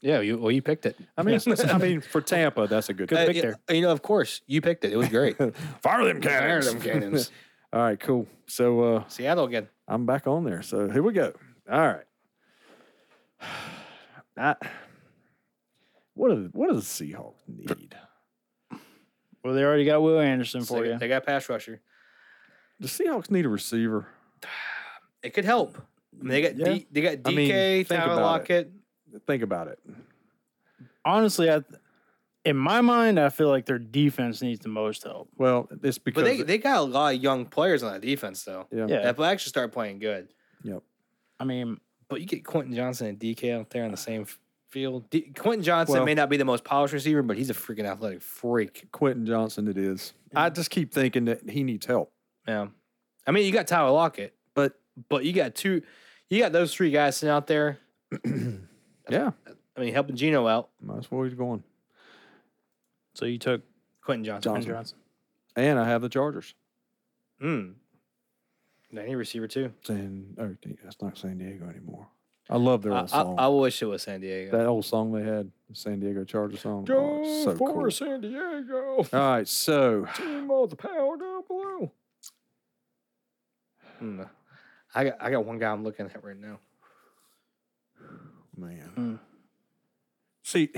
Yeah, you well, you picked it.
I mean, it's- I mean, for Tampa, that's a good
Good
pick.
pick. Victor.
Uh, You know, of course, you picked it. It was great.
Fire them
Fire
cannons.
them cannons.
All right, cool. So uh,
Seattle again.
I'm back on there. So here we go. All right. I, what do what do the Seahawks need?
Well, they already got Will Anderson for
they,
you.
they got pass rusher.
The Seahawks need a receiver.
It could help. I mean, they got
Yeah.
D, they got
I mean,
DK,
think
Tyler
about it.
Lockett.
Think about it.
Honestly, I, in my mind, I feel like their defense needs the most help.
Well, it's because
But they, they got a lot of young players on that defense though.
yeah,
Yeah.
That will actually start playing good.
Yep.
I mean,
But you get Quentin Johnson and DK out there on the same f- field. D- Quentin Johnson
Well-
may not be the most polished receiver, but he's a freaking athletic freak.
Quentin Johnson it is. I just keep thinking that he needs help.
Yeah. I mean, you got Tyler Lockett,
But
but you got two, you got those three guys sitting out there.
yeah,
I mean, helping Gino out,
that's where he's going.
so you took
Quentin Johnson.
Johnson.
Quentin Johnson.
And I have the Chargers.
Mm. Any receiver too.
San, oh, that's not San Diego anymore. I love their
I,
old
I,
song.
I wish it was San Diego.
that old song they had, the San Diego Chargers song. Oh, it's so cool.
San Diego.
All right, so
Team of the power down below. Hmm. I got I got one guy I'm looking at right now.
man,
Hmm.
Mm.
see,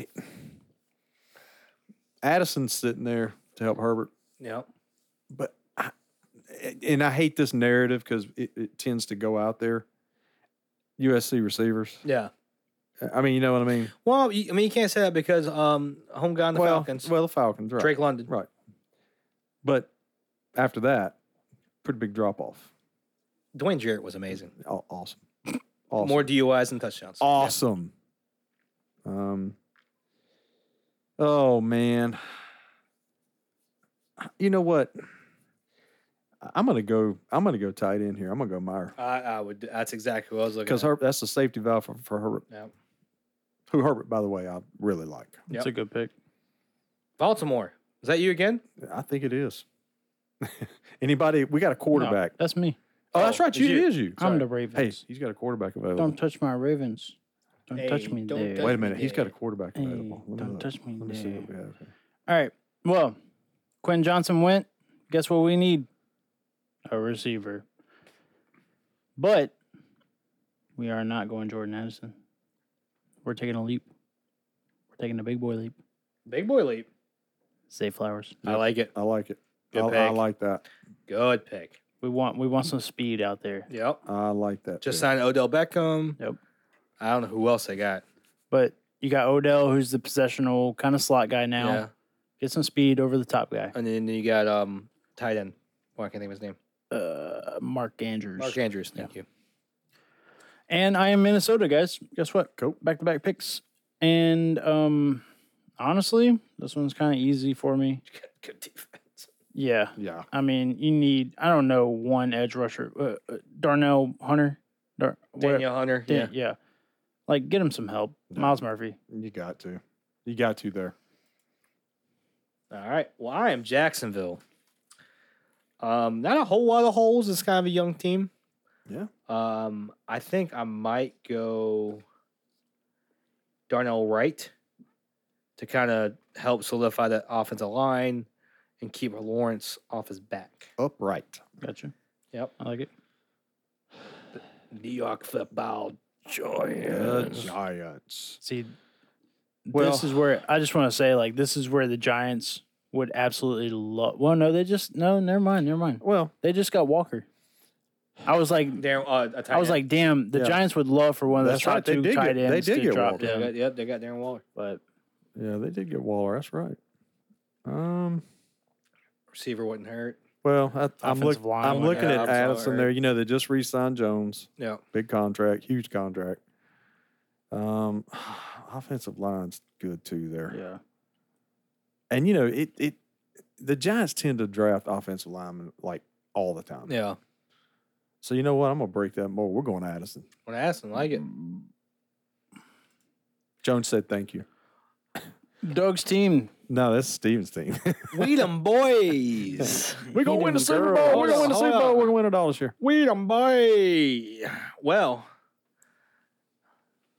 Addison's sitting there to help Herbert,
Yep.
but I, and I hate this narrative because it, it tends to go out there. USC receivers.
Yeah.
I mean, you know what I mean.
Well, you, I mean, you can't say that because um, home guy in the
well,
Falcons,
well, the Falcons, right?
Drake London.
Right. But after that, pretty big drop off.
Dwayne Jarrett was amazing.
Aw- Awesome. Awesome.
More DUIs and touchdowns.
awesome. Um. Oh man. You know what? I- I'm gonna go. I'm gonna go tight end here. I'm gonna go Meyer
I, I would. That's exactly what I was looking.
because
Because
Herb. That's the safety valve for, for Herbert.
Yep.
Who Herbert, by the way, I really like.
That's a good pick.
Baltimore. Is that you again?
I think it is. Anybody? We got a quarterback.
No, that's me.
Oh, that's
Oh,
right.
it's
You,
you.
It is you.
I'm
Sorry.
the
Hey,
Ravens.
he's got a quarterback available.
don't touch my Ravens. Don't
Hey,
touch me
don't
there.
touch
Wait a
me
minute. He's got a
there.
quarterback
Hey,
available. Let me
don't
look.
touch me
Let me see
there.
what we have here.
All right. Well, Quentin Johnson went. Guess what we need? A receiver. But we are not going Jordan Addison. We're taking a leap. We're taking a big boy leap.
Big boy leap.
Zay Flowers.
I like it.
I like it. I,
Good
I
pick.
like that.
Good pick.
We want we want some speed out there.
Yep.
I like that.
Just
pick.
signed Odell Beckham.
Yep.
I don't know who else they got.
But you got Odell, who's the possessional kind of slot guy now.
Yeah.
Get some speed over the top guy.
And then you got um tight end. Well, I can't think of his name.
Uh, Mark Andrews.
Mark Andrews. Thank you.
And I am Minnesota, guys. Guess what?
Cool.
Back to back picks. And um honestly, this one's kind of easy for me.
Good defense.
Yeah.
yeah.
I mean, you need, I don't know, one edge rusher. Uh, uh, Darnell Hunter. Dar- what-
Daniel Hunter.
Dan-
yeah.
yeah. Like, get him some help.
Yeah.
Miles Murphy.
You got to. You got to there.
All right. Well, I am Jacksonville. Um, not a whole lot of holes. It's kind of a young team.
Yeah.
Um, I think I might go Darnell Wright to kind of help solidify that offensive line and keep Lawrence off his back.
Upright.
Gotcha.
Yep.
I like it.
New York football
The
giant.
Giants.
See,
Well-
this is where I just want to say, like, this is where the Giants would absolutely love. Well, no, they just, no, never mind. Never mind.
Well,
They just got Walker. I was like,
There, uh, a tight
I was
end.
like, damn, the
Yeah.
Giants would love for one of those
That's
top
right, they
two
did
tight
get- they
ends
did
to
get
drop
Walker.
yeah, they
down.
got, yep, they got Darren Waller.
But
yeah, they did get Waller. That's right. Um.
Receiver wasn't hurt.
Well, I, I'm, look,
Offensive line
I'm
went
looking
down,
at
so
Addison
hurt.
there. You know, they just re-signed Jones.
Yeah.
Big contract, huge contract. Um, offensive line's good too there.
yeah,
And you know, it it the Giants tend to draft offensive linemen like all the time.
Yeah.
So you know what? I'm gonna break that mold. We're going Addison.
When I asked him, like it.
Jones said thank you.
Doug's team.
No, that's Steven's team.
We them boys.
We're gonna
He
win the
them
Super
girls.
Bowl. We're gonna win the
Hold
Super
on.
Bowl. We're gonna win it all this year.
We them boy. Well,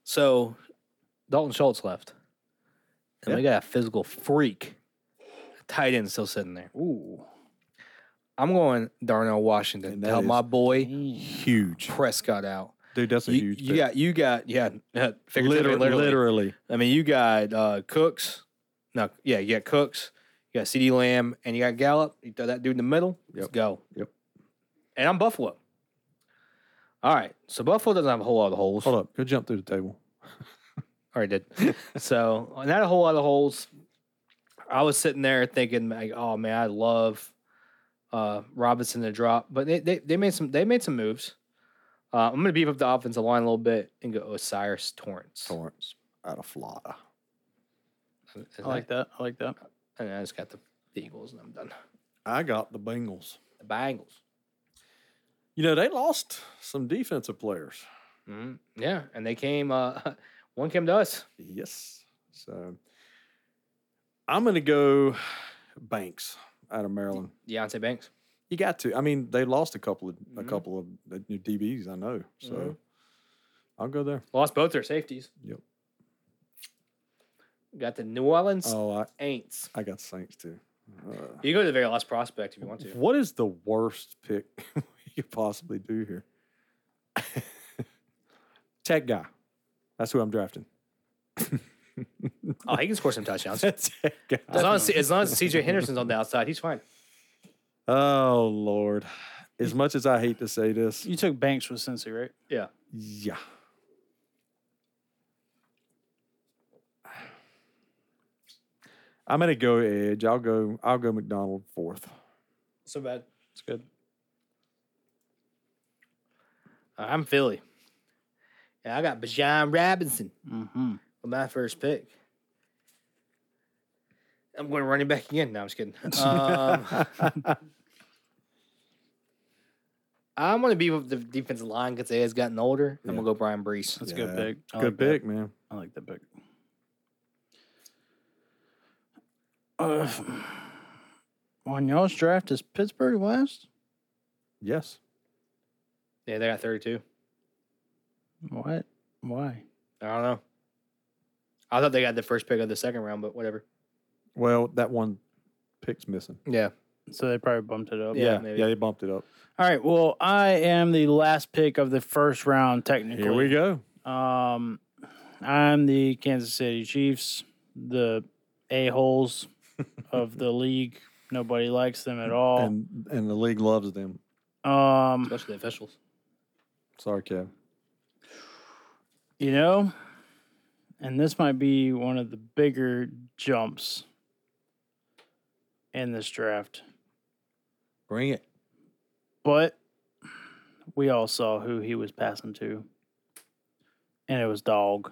so Dalton Schultz left. And we got a physical freak. Tight end still sitting there.
Ooh.
I'm going Darnell Washington.
And that
Tell my
is-
boy
Huge,
Prescott out.
dude. That's a
you,
huge.
you
pick.
got you got yeah, yeah, figuratively,
literally, literally,
I mean, you got uh, Cooks. No, yeah, you got Cooks. You got CD Lamb, and you got Gallup. You throw that dude in the middle. Let's
Yep.
go.
Yep.
And I'm Buffalo. All right. So Buffalo doesn't have a whole lot of holes.
Hold up, go jump through the table.
All right, did. so not a whole lot of holes. I was sitting there thinking, like, oh man, I love uh, Robinson to drop, but they, they they made some they made some moves. Uh, I'm gonna beef up the offensive line a little bit and go Osiris Torrance.
Torrance out of Florida.
And
I like that. I like that.
I, and I just got the Eagles and I'm done.
I got the Bengals.
The Bengals.
You know they lost some defensive players.
hmm Yeah, and they came. Uh, one came to us.
Yes. So I'm going to go Banks out of Maryland.
Deontay Banks.
You got to. I mean, they lost a couple of a
Mhm.
couple of the new DBs. I know. So
Mhm.
I'll go there.
Lost both their safeties.
Yep.
Got the New Orleans
Oh, I,
Aints.
I got Saints too. Uh,
You can go to the very last prospect if you want to.
what is the worst pick you could possibly do here? Tech guy. That's who I'm drafting.
Oh, he can score some touchdowns. as,
Tech guy.
long as, as long as CJ Henderson's on the outside, he's fine.
Oh Lord. As much as I hate to say this,
You took Banks with Cincy, right?
Yeah. I'm gonna go Edge. I'll go. I'll go McDonald fourth.
So bad.
It's good.
I'm Philly. And I got Bajan Robinson
Mm-hmm.
with my first pick. I'm going running back again. No, I'm just kidding. Um, I'm going to be with the defensive line because has gotten older. I'm
Yeah.
going to go Brian Brees.
That's a good
Yeah.
pick. I
Good
like that.
pick, man.
I like that pick. Uh, on y'all's draft, is Pittsburgh last?
Yes.
Yeah, they got 32.
What? Why?
I don't know. I thought they got the first pick of the second round, but whatever.
Well, that one pick's missing.
Yeah.
So they probably bumped it up.
Yeah,
yeah,
maybe.
yeah, they bumped it up.
All right. Well, I am the last pick of the first round, technically.
Here we go.
Um, I'm the Kansas City Chiefs, the a-holes of the league. Nobody likes them at all.
And and the league loves them.
Um,
Especially the officials.
Sorry, Kev.
you know, and this might be one of the bigger jumps in this draft,
Bring it.
but we all saw who he was passing to, and it was Dog.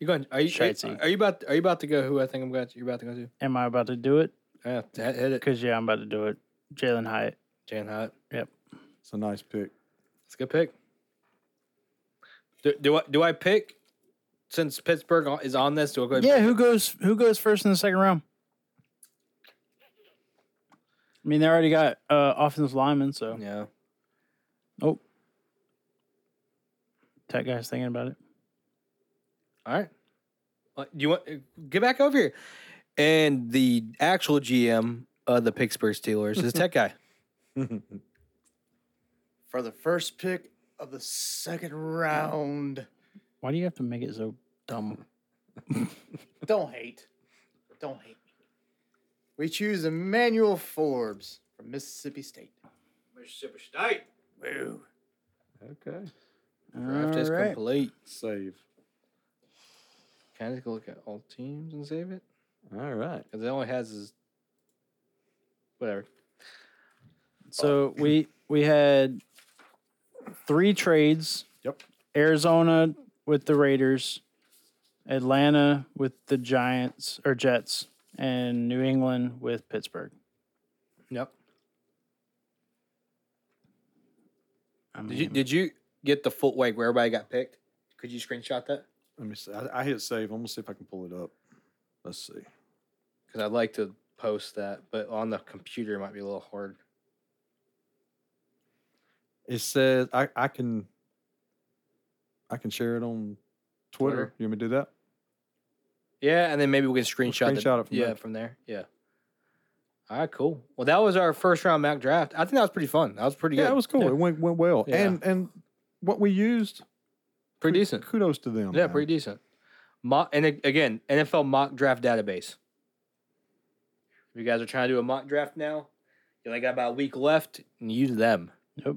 You're going, are you, are, you-
Shitesy.
are you about are you about to go who I think I'm going to, you're about to go to?
Am I about to do it?
Yeah, hit hit it.
Because yeah, I'm about to do it. Jalen Hyatt.
Jan Hyatt.
It's a nice pick.
It's a good pick. Do, do I do I pick since Pittsburgh on- is on this? Do I go? ahead and
Yeah,
pick?
who goes who goes first in the second round? I mean, they already got uh, offensive linemen, so
Yeah.
that guy's thinking about it.
All right. Uh, You want get back over here, and the actual GM of the Pittsburgh Steelers is Tech Guy.
For the first pick of the second round.
Why do you have to make it so dumb?
Don't hate. Don't hate me. We choose Emmanuel Forbes from Mississippi State.
Mississippi State.
Woo.
okay.
Draft is
All right.
complete.
Save.
Can I just go look at all teams and save it?
All right.
Because it only has his whatever.
So we we had three trades.
Yep.
Arizona with the Raiders, Atlanta with the Giants or Jets, and New England with Pittsburgh.
Yep.
I
Did you
mean,
did you get the foot wake where everybody got picked? Could you screenshot that?
Let me see. I, I hit save. I'm gonna see if I can pull it up. Let's see.
Because I'd like to post that, but on the computer it might be a little hard.
It says I, I can I can share it on Twitter.
Twitter.
You want me to do that?
Yeah, and then maybe we can screenshot, the-
screenshot it from
yeah,
there.
from there. Yeah. All right, cool. Well, that was our first round mock draft. I think that was pretty fun. That was pretty
Yeah,
good.
it was cool. It went went well.
Yeah.
And and what we used,
pretty decent.
kudos to them.
Yeah,
man.
pretty decent. Mock and a- again, NFL mock draft database. If you guys are trying to do a mock draft now, you only got about a week left, and use them.
Yep.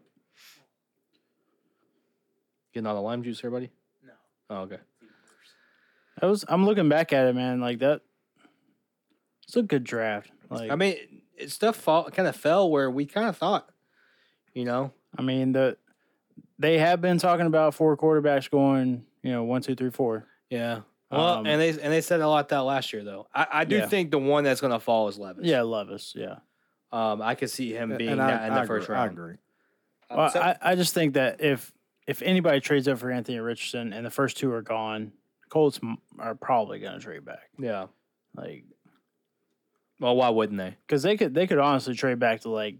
Getting all the lime juice, everybody.
No.
Oh, okay.
That was. I'm looking back at it, man. Like that. It's a good draft. Like
I mean, it, stuff fall, kind of fell where we kind of thought, you know,
I mean the they have been talking about four quarterbacks going, you know, one, two, three, four.
yeah. Well,
Um,
and they and they said a lot that last year though. I, I do
Yeah.
think the one that's going to fall is Levis.
Yeah, Levis. Yeah.
Um, I could see him
And-
being
and
that in the
I
first
agree,
round.
I agree.
Um,
Well,
so-
I, I just think that if if anybody trades up for Anthony Richardson and the first two are gone, Colts m- are probably going to trade back.
yeah.
Like
Well, why wouldn't they?
because they could they could honestly trade back to like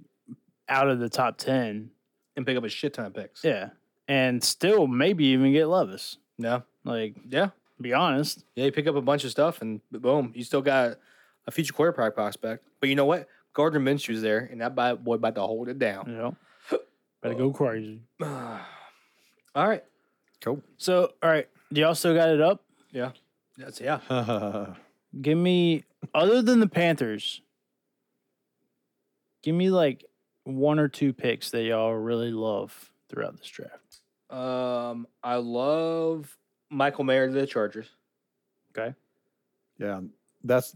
out of the top ten,
And pick up a shit ton of picks.
yeah, and still maybe even get Levis.
No.
Like
Yeah.
be honest,
Yeah, you pick up a bunch of stuff and boom, you still got a future quarterback prospect. But you know what? Gardner Minshew's there, and that bi- boy about to hold it
you
down.
know, better go crazy.
Mm.
All right.
So all right, do y'all still got it up?
That's yeah.
Give me other than the Panthers. Give me like one or two picks that y'all really love throughout this draft.
Um, I love Michael Mayer to the Chargers.
yeah, that's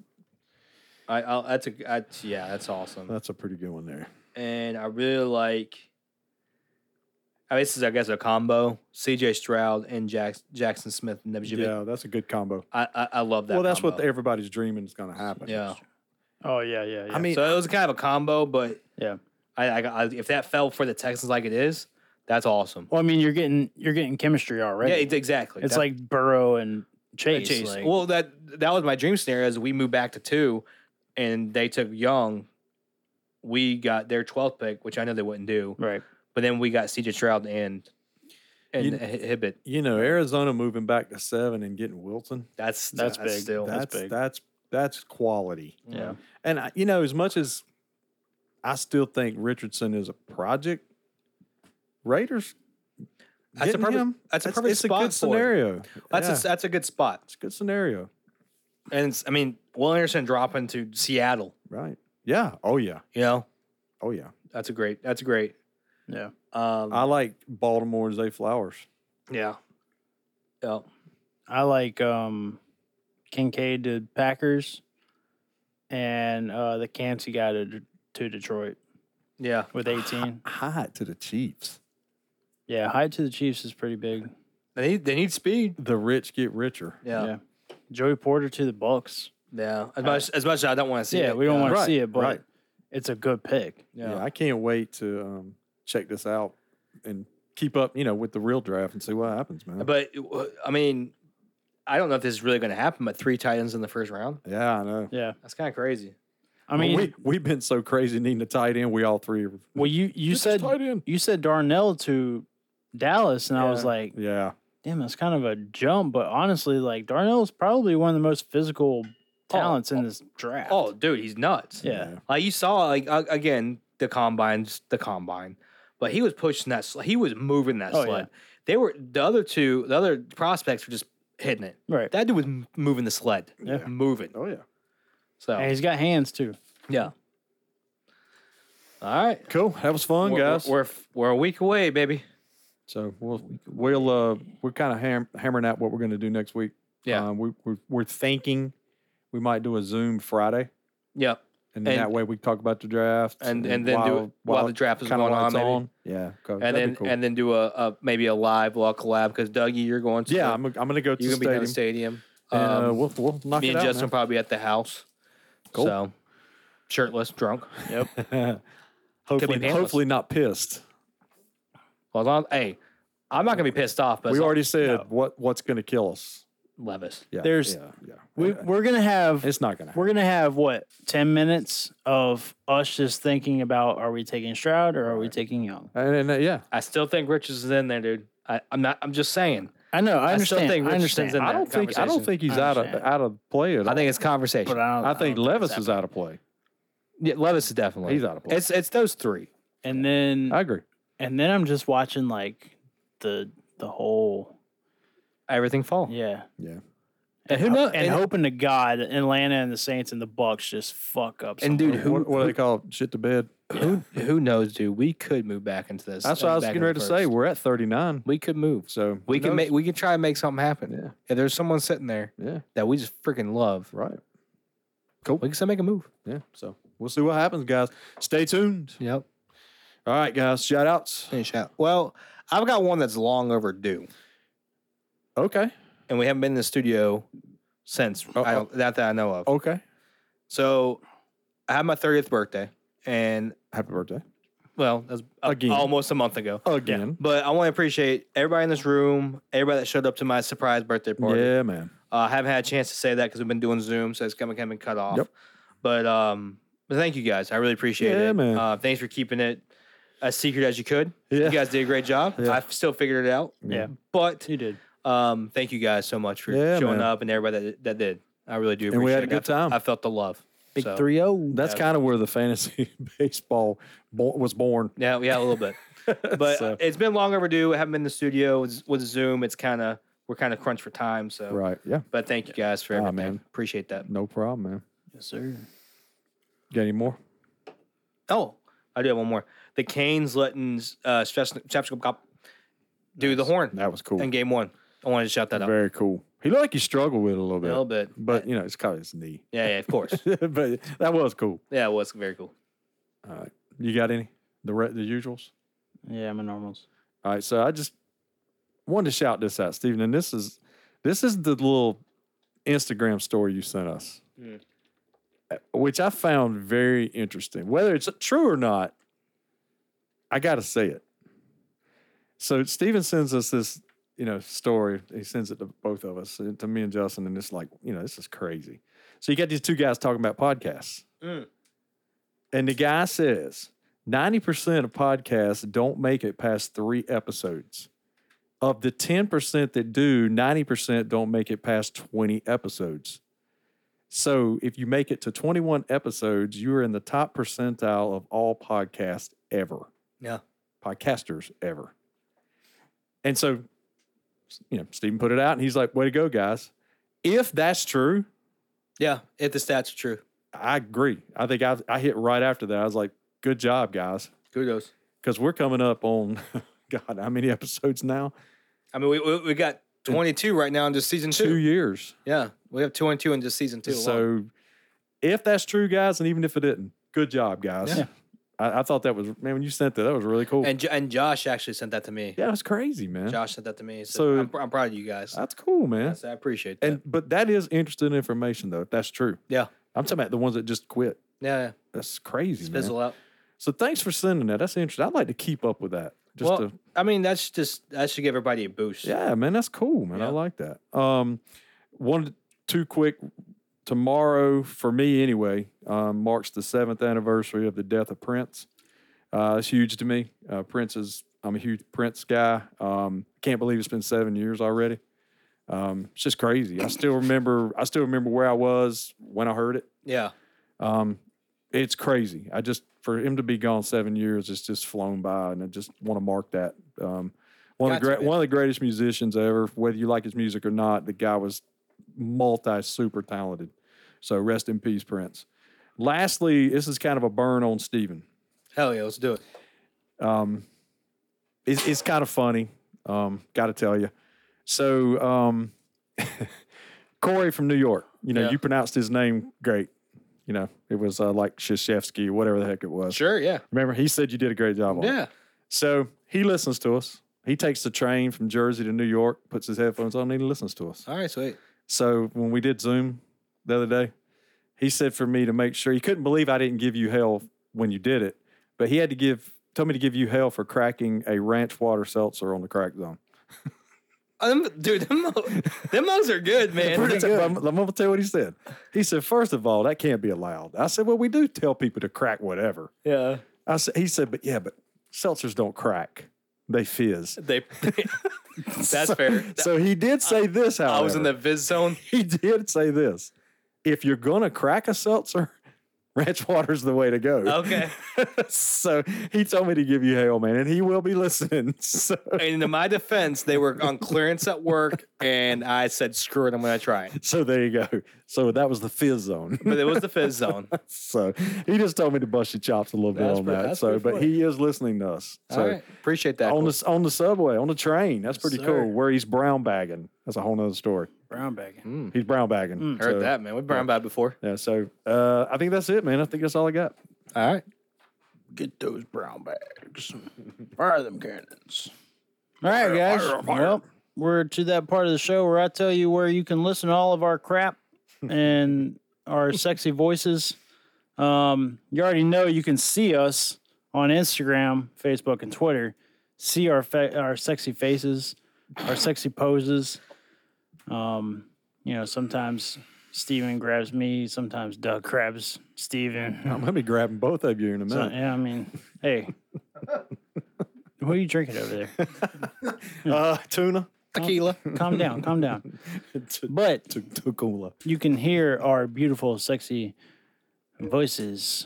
I I'll, that's a that's, yeah, that's awesome.
that's a pretty good one there.
And I really like. I mean, this is I guess a combo: C.J. Stroud and Jackson, Jackson Smith. And yeah.
Yeah, that's a good combo.
I, I I love that.
well, that's what
combo.
everybody's dreaming is going to happen.
yeah.
Oh yeah, yeah, yeah.
I mean,
So it was kind of a combo, but
Yeah.
I, I, I if that fell for the Texans like it is, that's awesome.
well, I mean, you're getting you're getting chemistry already.
Yeah, it's exactly.
it's
That-
like Burrow and
that
Chase.
Chase.
like-
well, that that was my dream scenario. Is we moved back to two, and they took Young. We got their twelfth pick, which I know they wouldn't do,
right.
but then we got CJ Stroud and and
You-
Hi- Hibbett.
you know, Arizona moving back to seven and getting Wilson.
Oh, That's
That's big.
Still,
That's
big.
that's that's quality.
Yeah.
And I, you know, as much as I still think Richardson is a project, Raiders.
That's a
getting
perfect-
him,
that's a
it's-
perfect
it's
spot
a
for
good
it.
scenario.
that's
Yeah,
a, that's a good spot.
it's a good scenario,
And it's, I mean, Will Anderson dropping to Seattle.
right? Yeah. Oh yeah.
You know,
Oh yeah.
that's a great. That's great.
Yeah.
Um,
I like Baltimore Zay Flowers.
yeah. Yeah.
I like um Kincaid to Packers and uh the Cansey guy to D- to Detroit
Yeah.
with 18.
Hot to the Chiefs.
yeah, high to the Chiefs is pretty big.
They need, they need speed.
The rich get richer.
Yeah. Yeah.
Joey Porter to the Bucks.
As much as much as I don't want to see
yeah,
it.
we don't want to
Right,
see it, but
right.
it's a good pick.
Yeah. I can't wait to um, check this out and keep up, you know, with the real draft and see what happens, man.
But uh, I mean, I don't know if this is really going to happen, but three tight ends in the first round.
yeah, I know.
Yeah.
That's kind of crazy.
I mean,
we we've been so crazy needing a tight end. We all three. are-
well you you
This is
said
tight end.
you said Darnell to Dallas and I was
Yeah.
like,
Yeah,
damn, that's kind of a jump, but honestly like Darnell's probably one of the most
Oh,
physical talents in this draft.
Oh, dude, he's nuts.
yeah.
Like you saw, like uh, again, the combines, the combine, but he was pushing that. Sl- he was moving that
Oh,
sled. They were the other two, the other prospects were just hitting it.
Right.
That dude was m- moving the sled,
Yeah.
moving.
Oh yeah.
So
And he's got hands too.
yeah. All right.
Cool. That was fun,
We're-
guys.
We're, we're we're a week away, baby.
so we'll we'll uh we're kind of ham- hammering out what we're going to do next week.
Yeah.
Um, we we're, we're thinking we might do a Zoom Friday,
Yep.
and, then
And-
that way we talk about the draft
and and then do it while, the draft is
kinda
going
while
on,
it's
maybe.
Yeah. cool.
and
That'd be
then
cool.
and then do a, a maybe a live well collab because Dougie, you're going to
yeah, I'm, I'm going to go to
you're
the
gonna be down
stadium.
the stadium.
and, uh,
Um,
we'll we'll knock
me
it
and
out.
Justin probably at the house.
Cool.
So shirtless, drunk. Yep.
man.
be
hopefully,
pantless.
hopefully not pissed.
well, I'm- hey, I'm not gonna be pissed off, but
we
it's
already said what what's going to kill us.
Levis.
Yeah.
There's-
yeah, yeah.
We,
Yeah.
we're gonna have
it's not going to happen.
we're gonna have what ten minutes of us just thinking about are we taking Stroud or are we taking Young?
And, and, uh, yeah,
I still think Richards is in there, dude. I, I'm not. I'm just saying.
I know. I
I still
understand.
think
I
Rich
understand.
stands in
I
that
don't think I don't
conversation.
think he's
I
out of
understand.
out of play at all.
I think it's conversation.
But I, don't,
I think
don't
Levis
it's
is
happening.
out of play.
yeah, Levis is definitely
He's out of play.
It's it's those three.
And then
I agree.
and then I'm just watching like the the whole
Everything fall.
yeah.
And who knows?
And, hoping to God Atlanta and the Saints and the Bucks just fuck up.
And
somewhere.
dude, who-
what, what do they call it? shit to bed?
who who knows, dude? We could move back into this. uh,
That's what I was
back
getting
into
ready to say.
first.
We're at 39,
We could move.
so
We
who
can
knows?
make. We can try and make something happen. Yeah. If there's someone sitting there
yeah,
that we just freaking love,
right,
we can still make a move.
yeah. So we'll see what happens, guys. Stay tuned.
Yep.
All right, guys. Shout outs.
Finish out. Well, I've got one that's long overdue,
Okay,
and we haven't been in the studio since.
Oh,
I don't, that that I know of.
okay.
So, I had my thirtieth birthday, and
Happy birthday
well, that's a-
Again.
almost a month ago.
again.
But I want to appreciate everybody in this room, everybody that showed up to my surprise birthday
Yeah,
party.
man.
Uh, I haven't had a chance to say that because we've been doing Zoom, so it's coming, coming, cut off.
Yep.
But um, but thank you guys. I really appreciate
Yeah,
it.
man.
Uh, thanks for keeping it as secret as you could.
Yeah.
You guys did a great job.
Yeah.
I still figured it out.
yeah,
But
you did.
um, thank you guys so much for
Yeah,
showing
man.
up and everybody that, that did. I really do.
And we
appreciate
had a
it.
good
I fe-
time.
I felt the love.
Big
So,
three zero.
That's
Yeah.
kind of where the fantasy baseball bo- was born.
Yeah, yeah, a little bit. But
So,
uh, it's been long overdue. I haven't been in the studio with, with Zoom. It's kind of we're kind of crunched for time. So,
right, yeah,
but thank you guys for
Ah,
everything.
man.
Appreciate that.
no problem, man.
Yes, sir.
Got any more?
Oh, I do have one more. The Canes letting uh, Stres- Strepsical Cop do the horn
That was cool.
in game one. I wanted to shout that out
Very cool. He looked like he struggled with it a little
a
bit,
little bit,
but you know it's kind of his knee.
yeah, yeah, of course,
but that was cool.
yeah, it was very cool.
All right, you got any the re- the usuals?
Yeah, I'm a normals.
All right, so I just wanted to shout this out, Stephen, and this is this is the little Instagram story you sent us,
Mm.
uh, which I found very interesting. Whether it's true or not, I got to say it. So Stephen sends us this, you know, story. He sends it to both of us, uh, to me and Justin, and it's like, you know, this is crazy. So you got these two guys talking about podcasts,
Mm.
and the guy says. 90% of podcasts don't make it past three episodes. Of the 10% that do, 90% don't make it past 20 episodes. So if you make it to 21 episodes, you are in the top percentile of all podcasts ever.
Yeah.
Podcasters ever. And so, you know, Stephen put it out and he's like, way to go, guys. If that's true,
Yeah, if the stats are true,
I agree. I think I, I hit right after that. I was like, good job, guys
kudos.
because we're coming up on God, how many episodes now?
I mean, we we, we got twenty two right now in just season
Two,
two.
years.
Yeah, we have two and two in just season two.
so,
alone.
if that's true, guys, and even if it didn't, good job, guys.
Yeah.
I, I thought that was man when you sent that that was really cool.
and Jo- and Josh actually sent that to me.
yeah, it was crazy, man.
Josh sent that to me. So,
So-
I'm, pr- I'm proud of you guys.
That's cool, man.
Yes, I appreciate that.
and but that is interesting information though. If that's true,
Yeah.
I'm talking about the ones that just quit.
yeah, yeah.
That's crazy, man.
fizzle out.
So thanks for sending that. That's interesting. I'd like to keep up with that. Just
well,
to,
I mean, that's just that should give everybody a boost.
Yeah, man, that's cool, man. I
Yeah.
like that. Um, one, two quick. Tomorrow, for me anyway, um, marks the seventh anniversary of the death of Prince. Uh, it's huge to me. Uh, Prince is, I'm a huge Prince guy. Um, can't believe it's been seven years already. Um, it's just crazy. I still remember, I still remember where I was when I heard it.
yeah.
Um, it's crazy. I just for him to be gone seven years, it's just flown by, and I just want to mark that. Um, one of the
Gotcha,
great,
man.
one of the greatest musicians ever. Whether you like his music or not, the guy was multi super talented. So rest in peace, Prince. Lastly, this is kind of a burn on Steven.
Hell yeah, let's do it.
Um, it's, it's kind of funny. Um, Got to tell you. So um, Corey from New York, you know,
Yeah.
you pronounced his name great. You know, it was uh, like Shashevsky, whatever the heck it was.
Sure, yeah,
Remember, he said you did a great job on it.
yeah.
So he listens to us. He takes the train from Jersey to New York, puts his headphones on, and he listens to us.
All right, sweet.
So when we did Zoom the other day, he said for me to make sure he couldn't believe I didn't give you hell when you did it, but he had to give told me to give you hell for cracking a ranch water seltzer on the crack zone.
Oh, them- dude, them, mo- them mugs are good, man.
I'm, I'm gonna tell you what he said. He said, first of all, that can't be allowed. I said, well, we do tell people to crack whatever.
Yeah.
I said, he said, but yeah, but seltzers don't crack. They fizz.
They. that's fair.
So he did say this, however.
I was in the viz zone.
He did say this. If you're going to crack a seltzer, ranch water's the way to go.
Okay.
so he told me to give you hell, man, and he will be listening. So
And in my defense, they were on clearance at work, and I said, "Screw it, I'm going to try it."
So there you go. So that was the fizz zone.
But it was the fizz zone.
so he just told me to bust your chops a little bit
That's
on
pretty-
that.
that's
So,
pretty
but
funny.
he is listening to us. So
All right, appreciate that.
on
Cole.
the on the subway, on the train, that's
Yes,
pretty
sir.
cool. Where he's brown bagging, that's a whole nother story.
Brown bagging.
Mm,
He's brown bagging.
Mm.
heard
So,
that, man. We've burned by before.
Yeah. So uh, I think that's it, man. I think that's all I got.
All right.
Get those brown bags. Fire them cannons. All
Fire,
right, guys.
fire, fire.
Well, we're to that part of the show where I tell you where you can listen to all of our crap and our sexy voices. Um, you already know you can see us on Instagram, Facebook, and Twitter. See our fa- our sexy faces, our sexy poses. Um, you know, sometimes Steven grabs me, sometimes Doug grabs Steven.
I'm gonna be grabbing both of you in a
So,
minute.
yeah, I mean, hey, what are you drinking over there?
Uh, tuna.
Tequila.
Calm down, calm down. But
T- Tequila.
you can hear our beautiful, sexy voices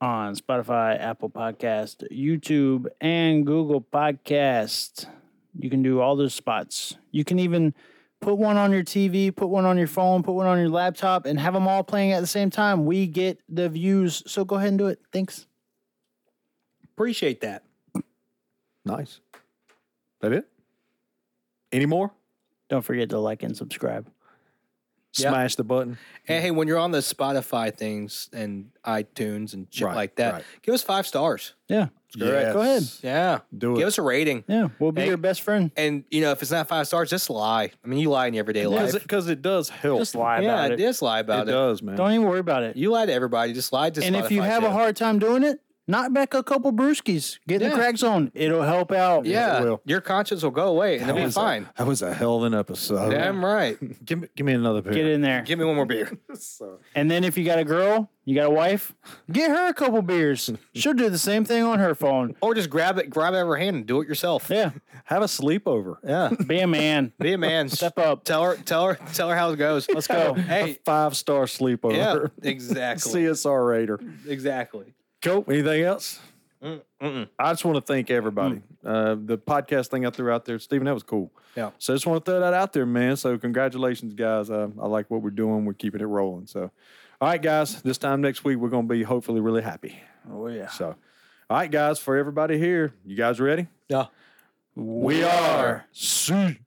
on Spotify, Apple Podcast, YouTube, and Google Podcast. You can do all those spots. You can even put one on your TV, put one on your phone, put one on your laptop, and have them all playing at the same time. We get the views. So go ahead and do it. Thanks.
Appreciate that.
Nice. That it? Any more?
Don't forget to like and subscribe.
Yeah.
Smash the button.
And hey, when you're on the Spotify things and iTunes and shit
Right,
like that,
right.
give us five stars.
Yeah.
Yes.
Go ahead.
Yeah.
Do
Give
it.
us a rating.
Yeah. We'll be
Hey.
your best friend.
And you know, if it's not five stars, just lie. I mean, you lie in your everyday life.
Because it, 'cause it does help.
Just lie
yeah,
about it.
just lie about it.
does, man.
Don't even worry about it.
You lie to everybody. Just lie to
and if you
Spotify,
have
too.
a hard time doing it, knock back a couple brewskis. Get in
Yeah.
the crack zone. It'll help out.
yeah,
it will.
your conscience will go away and
That
it'll be
was
fine.
A, that was a hell of an episode.
Damn right.
Give me, give me another pair.
Get in there.
Give me one more beer.
And then if you got a girl, you got a wife, get her a couple beers. She'll do the same thing on her phone.
Or just grab it, grab it out of her hand and do it yourself.
Yeah.
Have a sleepover.
Yeah.
Be a man.
Be a man.
Step up.
Tell her, tell her, tell her how it goes.
Let's go.
Hey.
Five star sleepover.
Yeah. Exactly.
CSR Raider.
Exactly.
Cool. Anything else?
Mm-mm.
I just want to thank everybody. Uh, the podcast thing I threw out there, Stephen, that was cool.
Yeah.
So I just want to throw that out there, man. So congratulations, guys. Uh, I like what we're doing. We're keeping it rolling. So, all right, guys. This time next week, we're going to be hopefully really happy.
Oh, yeah.
So, all right, guys. For everybody here, you guys ready?
Yeah.
We are CSR.